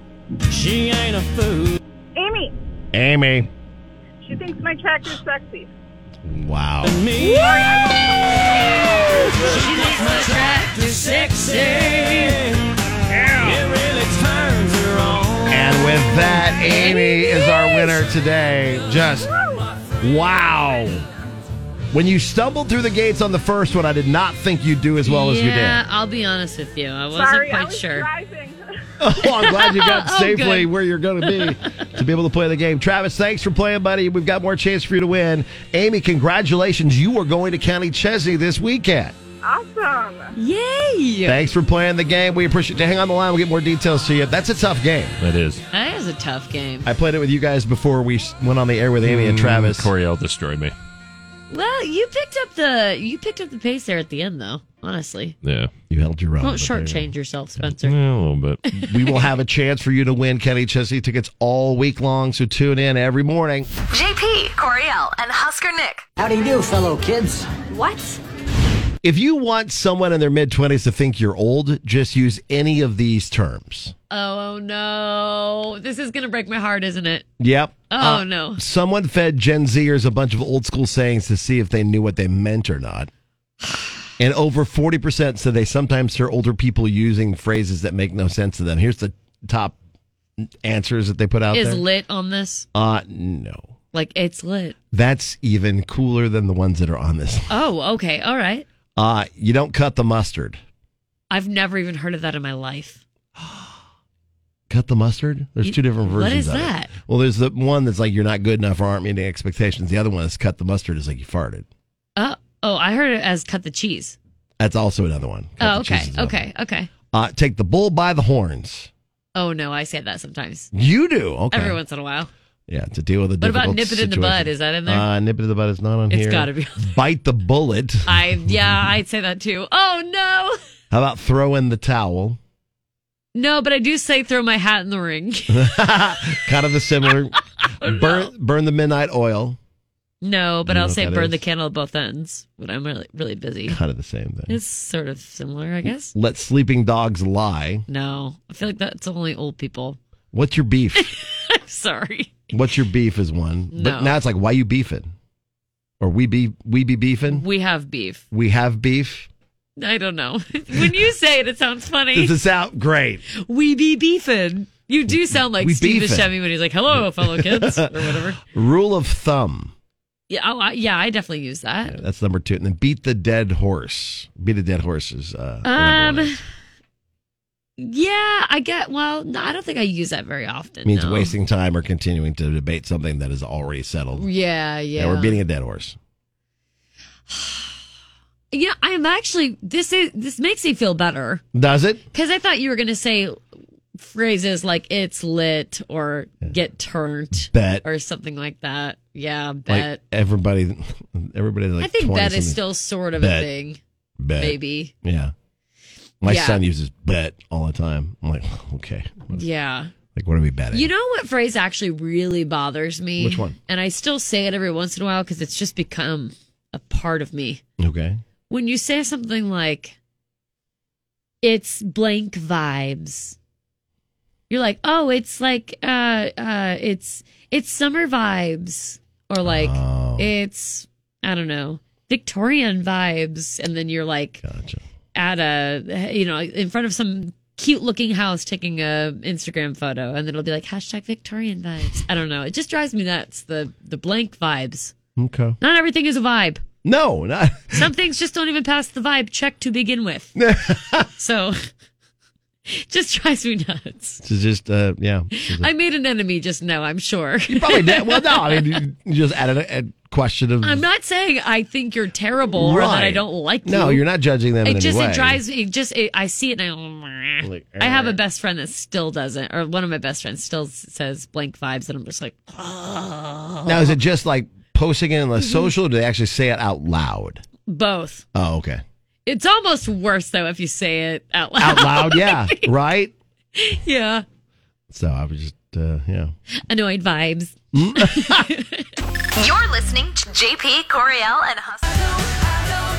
Speaker 11: She ain't a fool.
Speaker 15: Amy,
Speaker 8: Amy.
Speaker 15: she thinks my tractor's sexy.
Speaker 8: Wow.
Speaker 11: She makes my tractor sexy. It really turns her on.
Speaker 8: And with that, Amy is our winner today. Just wow. When you stumbled through the gates on the first one, I did not think you'd do as well as you
Speaker 9: yeah,
Speaker 8: did.
Speaker 9: I'll be honest with you. I wasn't
Speaker 15: Sorry,
Speaker 9: quite
Speaker 15: I was
Speaker 9: sure.
Speaker 15: driving.
Speaker 8: well, I'm glad you got
Speaker 16: Oh,
Speaker 8: safely
Speaker 16: good.
Speaker 8: where you're going to be to be able to play the game. Travis, thanks for playing, buddy. We've got more chance for you to win. Amy, congratulations. You are going to County Chesney this weekend.
Speaker 15: Awesome.
Speaker 9: Yay.
Speaker 8: Thanks for playing the game. We appreciate you. Hang on the line. We'll get more details to you. That's a tough game.
Speaker 10: That is.
Speaker 9: That is a tough game.
Speaker 8: I played it with you guys before we s- went on the air with Amy and
Speaker 10: Mm,
Speaker 8: Travis.
Speaker 10: Coriel destroyed me.
Speaker 9: Well, you picked up the you picked up the pace there at the end, though. Honestly,
Speaker 10: Yeah.
Speaker 8: You held your own.
Speaker 9: don't
Speaker 8: but there Mm-hmm. you go.
Speaker 9: shortchange yourself, Spencer.
Speaker 10: a little bit.
Speaker 8: we will have a chance for you to win Kenny Chesney tickets all week long. So tune in every morning.
Speaker 4: JP, Coriel, and Husker Nick.
Speaker 17: How do you do, fellow kids?
Speaker 4: What?
Speaker 8: If you want someone in their mid 20s to think you're old, just use any of these terms.
Speaker 9: Oh, oh, no, this is gonna break my heart, isn't it?
Speaker 8: Yep. Uh,
Speaker 9: Oh, no.
Speaker 8: Someone fed Gen Zers a bunch of old school sayings to see if they knew what they meant or not. And over 40% said they sometimes hear older people using phrases that make no sense to them. Here's the top answers that they put out
Speaker 9: Is
Speaker 8: there.
Speaker 9: lit on this?
Speaker 8: uh no.
Speaker 9: Like it's lit.
Speaker 8: That's even cooler than the ones that are on this.
Speaker 9: Oh, okay, all right.
Speaker 8: Uh you don't cut the mustard.
Speaker 9: I've never even heard of that in my life.
Speaker 8: Cut the mustard? There's
Speaker 9: You-
Speaker 8: two different
Speaker 9: what
Speaker 8: versions
Speaker 9: is
Speaker 8: of it.
Speaker 9: that?
Speaker 8: Well, there's the one that's like you're not good enough or aren't meeting expectations. The other one is cut the mustard is like you farted.
Speaker 9: Oh, oh, I heard it as cut the cheese.
Speaker 8: That's also another one. Cut
Speaker 9: Oh,
Speaker 8: the cheese
Speaker 9: okay,
Speaker 8: is another
Speaker 9: okay, okay.
Speaker 8: Uh, take the bull by the horns.
Speaker 9: Oh no, I say that sometimes.
Speaker 8: You do. Okay.
Speaker 9: Every once in a while.
Speaker 8: Yeah, to deal with a
Speaker 9: What
Speaker 8: difficult
Speaker 9: about nip it in the
Speaker 8: situation.
Speaker 9: bud? Is that in there?
Speaker 8: Uh, nip it in the bud is not on
Speaker 9: It's
Speaker 8: here.
Speaker 9: gotta be.
Speaker 8: Bite the bullet.
Speaker 9: I yeah, I'd say that too. Oh no.
Speaker 8: How about throw in the towel?
Speaker 9: No, but I do say throw my hat in the ring.
Speaker 8: kind of the similar. burn, burn the midnight oil.
Speaker 9: No, but
Speaker 8: You know
Speaker 9: I'll
Speaker 8: what
Speaker 9: say
Speaker 8: that
Speaker 9: burn
Speaker 8: is?
Speaker 9: the candle at both ends when I'm really really busy.
Speaker 8: Kind of the same thing.
Speaker 9: It's sort of similar, I guess.
Speaker 8: Let sleeping dogs lie.
Speaker 9: No, I feel like that's only old people.
Speaker 8: What's your beef?
Speaker 9: I'm sorry.
Speaker 8: What's your beef is one.
Speaker 9: No.
Speaker 8: But now it's like, why you beefing? Or we be we be beefing?
Speaker 9: We have beef.
Speaker 8: We have beef.
Speaker 9: I don't know. when you say it, it sounds funny.
Speaker 8: Does this out great?
Speaker 9: we be beefing. You do sound like
Speaker 8: We
Speaker 9: Steve
Speaker 8: beefin'.
Speaker 9: Buscemi when he's like, "Hello, fellow kids," or whatever.
Speaker 8: Rule of thumb.
Speaker 9: Yeah, oh, I, yeah, I definitely use that.
Speaker 8: That's number two. And then beat the dead horse. Beat the dead horse is uh,
Speaker 9: um, yeah, I get. Well, no, I don't think I use that very often.
Speaker 8: means
Speaker 9: no.
Speaker 8: wasting time or continuing to debate something that is already settled.
Speaker 9: Yeah, yeah.
Speaker 8: we're beating a dead horse.
Speaker 9: You know, I am actually. This is this makes me feel better
Speaker 8: Does it?
Speaker 9: because I thought you were going to say phrases like "it's lit" or "get turned"
Speaker 8: Bet.
Speaker 9: or something like that. Yeah,
Speaker 8: Like
Speaker 9: bet.
Speaker 8: everybody, everybody. Like
Speaker 9: I think
Speaker 8: 20
Speaker 9: bet is
Speaker 8: something-
Speaker 9: still sort of
Speaker 8: Bet.
Speaker 9: a thing.
Speaker 8: Bet.
Speaker 9: Maybe.
Speaker 8: Yeah. My
Speaker 9: Yeah.
Speaker 8: son uses bet all the time. I'm like, okay,
Speaker 9: Yeah.
Speaker 8: like what are we betting?
Speaker 9: You know what phrase actually really bothers me?
Speaker 8: Which one?
Speaker 9: And I still say it every once in a while because it's just become a part of me.
Speaker 8: okay,
Speaker 9: When you say something like, it's blank vibes, you're like, oh, it's like, uh, uh, it's, it's summer vibes. Or like,
Speaker 8: Oh.
Speaker 9: it's, I don't know, Victorian vibes. And then you're like, at a, you know, in front of some cute looking house taking a Instagram photo. And then it'll be like, hashtag Victorian vibes. I don't know. It just drives me nuts. The, the blank vibes.
Speaker 8: okay.
Speaker 9: Not everything is a vibe.
Speaker 8: No, not
Speaker 9: Some things just don't even pass the vibe check to begin with. so just drives me nuts.
Speaker 8: this is just uh, yeah. This is a-
Speaker 9: I made an enemy just now, I'm sure. You
Speaker 8: probably did. Well, no, I mean, you just added a, a question of
Speaker 9: I'm not saying I think you're terrible or that I
Speaker 8: Right.
Speaker 9: don't like you.
Speaker 8: No, you're not judging them in
Speaker 9: It
Speaker 8: any
Speaker 9: just
Speaker 8: way.
Speaker 9: it drives me. It just it, I see it and I,
Speaker 8: Like,
Speaker 9: I have a best friend that still doesn't, or one of my best friends still s- says blank vibes, and I'm just like,
Speaker 8: Now, is it just like posting it on
Speaker 9: Mm-hmm.
Speaker 8: the social? Or do they actually say it out loud?
Speaker 9: both.
Speaker 8: Oh, okay.
Speaker 9: It's almost worse though if you say it out loud.
Speaker 8: Out loud, yeah, right.
Speaker 9: yeah,
Speaker 8: So I was just, uh, yeah.
Speaker 9: annoyed vibes.
Speaker 4: You're listening to JP, Coriel, and Husker.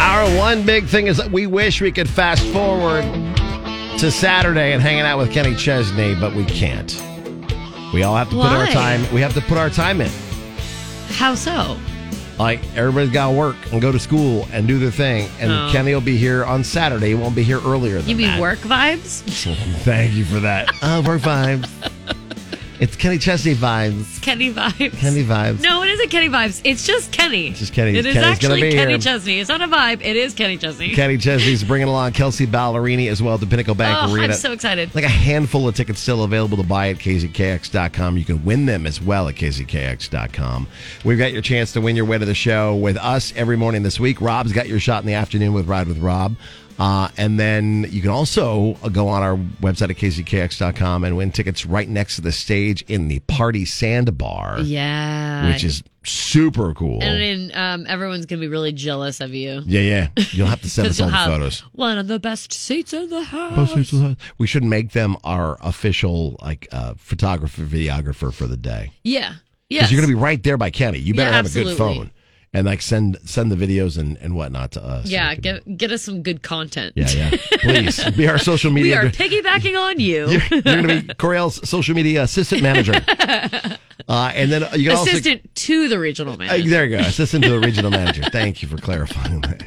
Speaker 8: Our one big thing is that we wish we could fast forward to Saturday and hanging out with Kenny Chesney, but we can't. We all have to put our
Speaker 9: Why?
Speaker 8: time. We have to put our time in.
Speaker 9: How so?
Speaker 8: Like everybody's got to work and go to school and do their thing, and
Speaker 9: Oh.
Speaker 8: Kenny will be here on Saturday. He won't be here earlier than
Speaker 9: You mean
Speaker 8: that.
Speaker 9: work vibes?
Speaker 8: Thank you for that. Uh, work vibes. Oh, It's Kenny Chesney vibes.
Speaker 9: Kenny vibes.
Speaker 8: Kenny vibes.
Speaker 9: No, it isn't Kenny vibes. It's just Kenny. It's
Speaker 8: just Kenny.
Speaker 9: It is
Speaker 8: Kenny's gonna
Speaker 9: actually
Speaker 8: be
Speaker 9: Kenny
Speaker 8: here.
Speaker 9: Chesney. It's not a vibe. It is Kenny Chesney.
Speaker 8: Kenny Chesney's bringing along Kelsey Ballerini as well at the Pinnacle Bank
Speaker 9: Oh, I'm
Speaker 8: Arena.
Speaker 9: so excited.
Speaker 8: Like a handful of tickets still available to buy at kzkx.com. You can win them as well at kzkx.com. We've got your chance to win your way to the show with us every morning this week. Rob's got your shot in the afternoon with Ride with Rob. Uh, and then you can also uh, go on our website at kzkx.com and win tickets right next to the stage in the Party Sandbar,
Speaker 9: Yeah.
Speaker 8: which is super cool.
Speaker 9: And then um, everyone's gonna be really jealous of you.
Speaker 8: Yeah, yeah. You'll have to send
Speaker 9: 'Cause
Speaker 8: us all the
Speaker 9: you'll have
Speaker 8: photos.
Speaker 9: One of the best seats in the house.
Speaker 8: We should make them our official like uh, photographer, videographer for the day.
Speaker 9: Yeah. Yeah.
Speaker 8: Because you're going to be right there by Kenny. You better
Speaker 9: Yeah,
Speaker 8: have a good
Speaker 9: absolutely.
Speaker 8: phone and like send send the videos and, and whatnot to us.
Speaker 9: Yeah, get, get us some good content.
Speaker 8: Yeah, yeah. Please be our social media.
Speaker 9: we are piggybacking on you.
Speaker 8: you're going to be Coriel's social media assistant manager. Uh, and then you can also
Speaker 9: Assistant to the regional
Speaker 8: Uh,
Speaker 9: manager.
Speaker 8: there you go. Assistant to the regional manager. Thank you for clarifying that.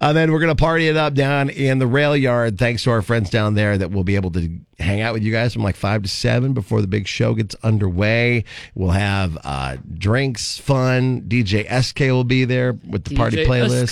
Speaker 8: And then we're going to party it up down in the rail yard. Thanks to our friends down there that we'll be able to hang out with you guys from like five to seven before the big show gets underway. We'll have uh, drinks, fun. DJ SK will be there with the party
Speaker 9: DJ
Speaker 8: playlist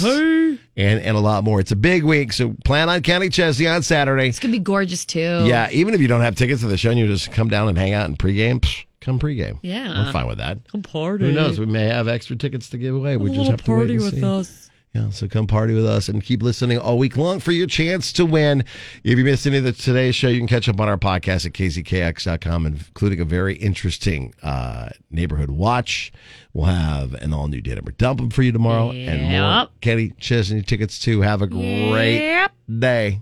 Speaker 9: SK.
Speaker 8: and and a lot more. It's a big week, so plan on County Chesney on Saturday.
Speaker 9: It's gonna be gorgeous too.
Speaker 8: Yeah, even if you don't have tickets to the show and you just come down and hang out and pregame, psh, come pregame.
Speaker 9: Yeah.
Speaker 8: I'm fine with that.
Speaker 9: Come party.
Speaker 8: Who knows? We may have extra tickets to give away.
Speaker 9: Have a
Speaker 8: We just
Speaker 9: little
Speaker 8: have to wait
Speaker 9: party
Speaker 8: and
Speaker 9: with
Speaker 8: see.
Speaker 9: us.
Speaker 8: Yeah, so come party with us and keep listening all week long for your chance to win. If you missed any of the today's show, you can catch up on our podcast at kzkx.com, including a very interesting uh, neighborhood watch. We'll have an all new Dana Dump for you tomorrow and more
Speaker 9: Yep.
Speaker 8: Kenny Chesney tickets too. Have a great
Speaker 9: Yep.
Speaker 8: day.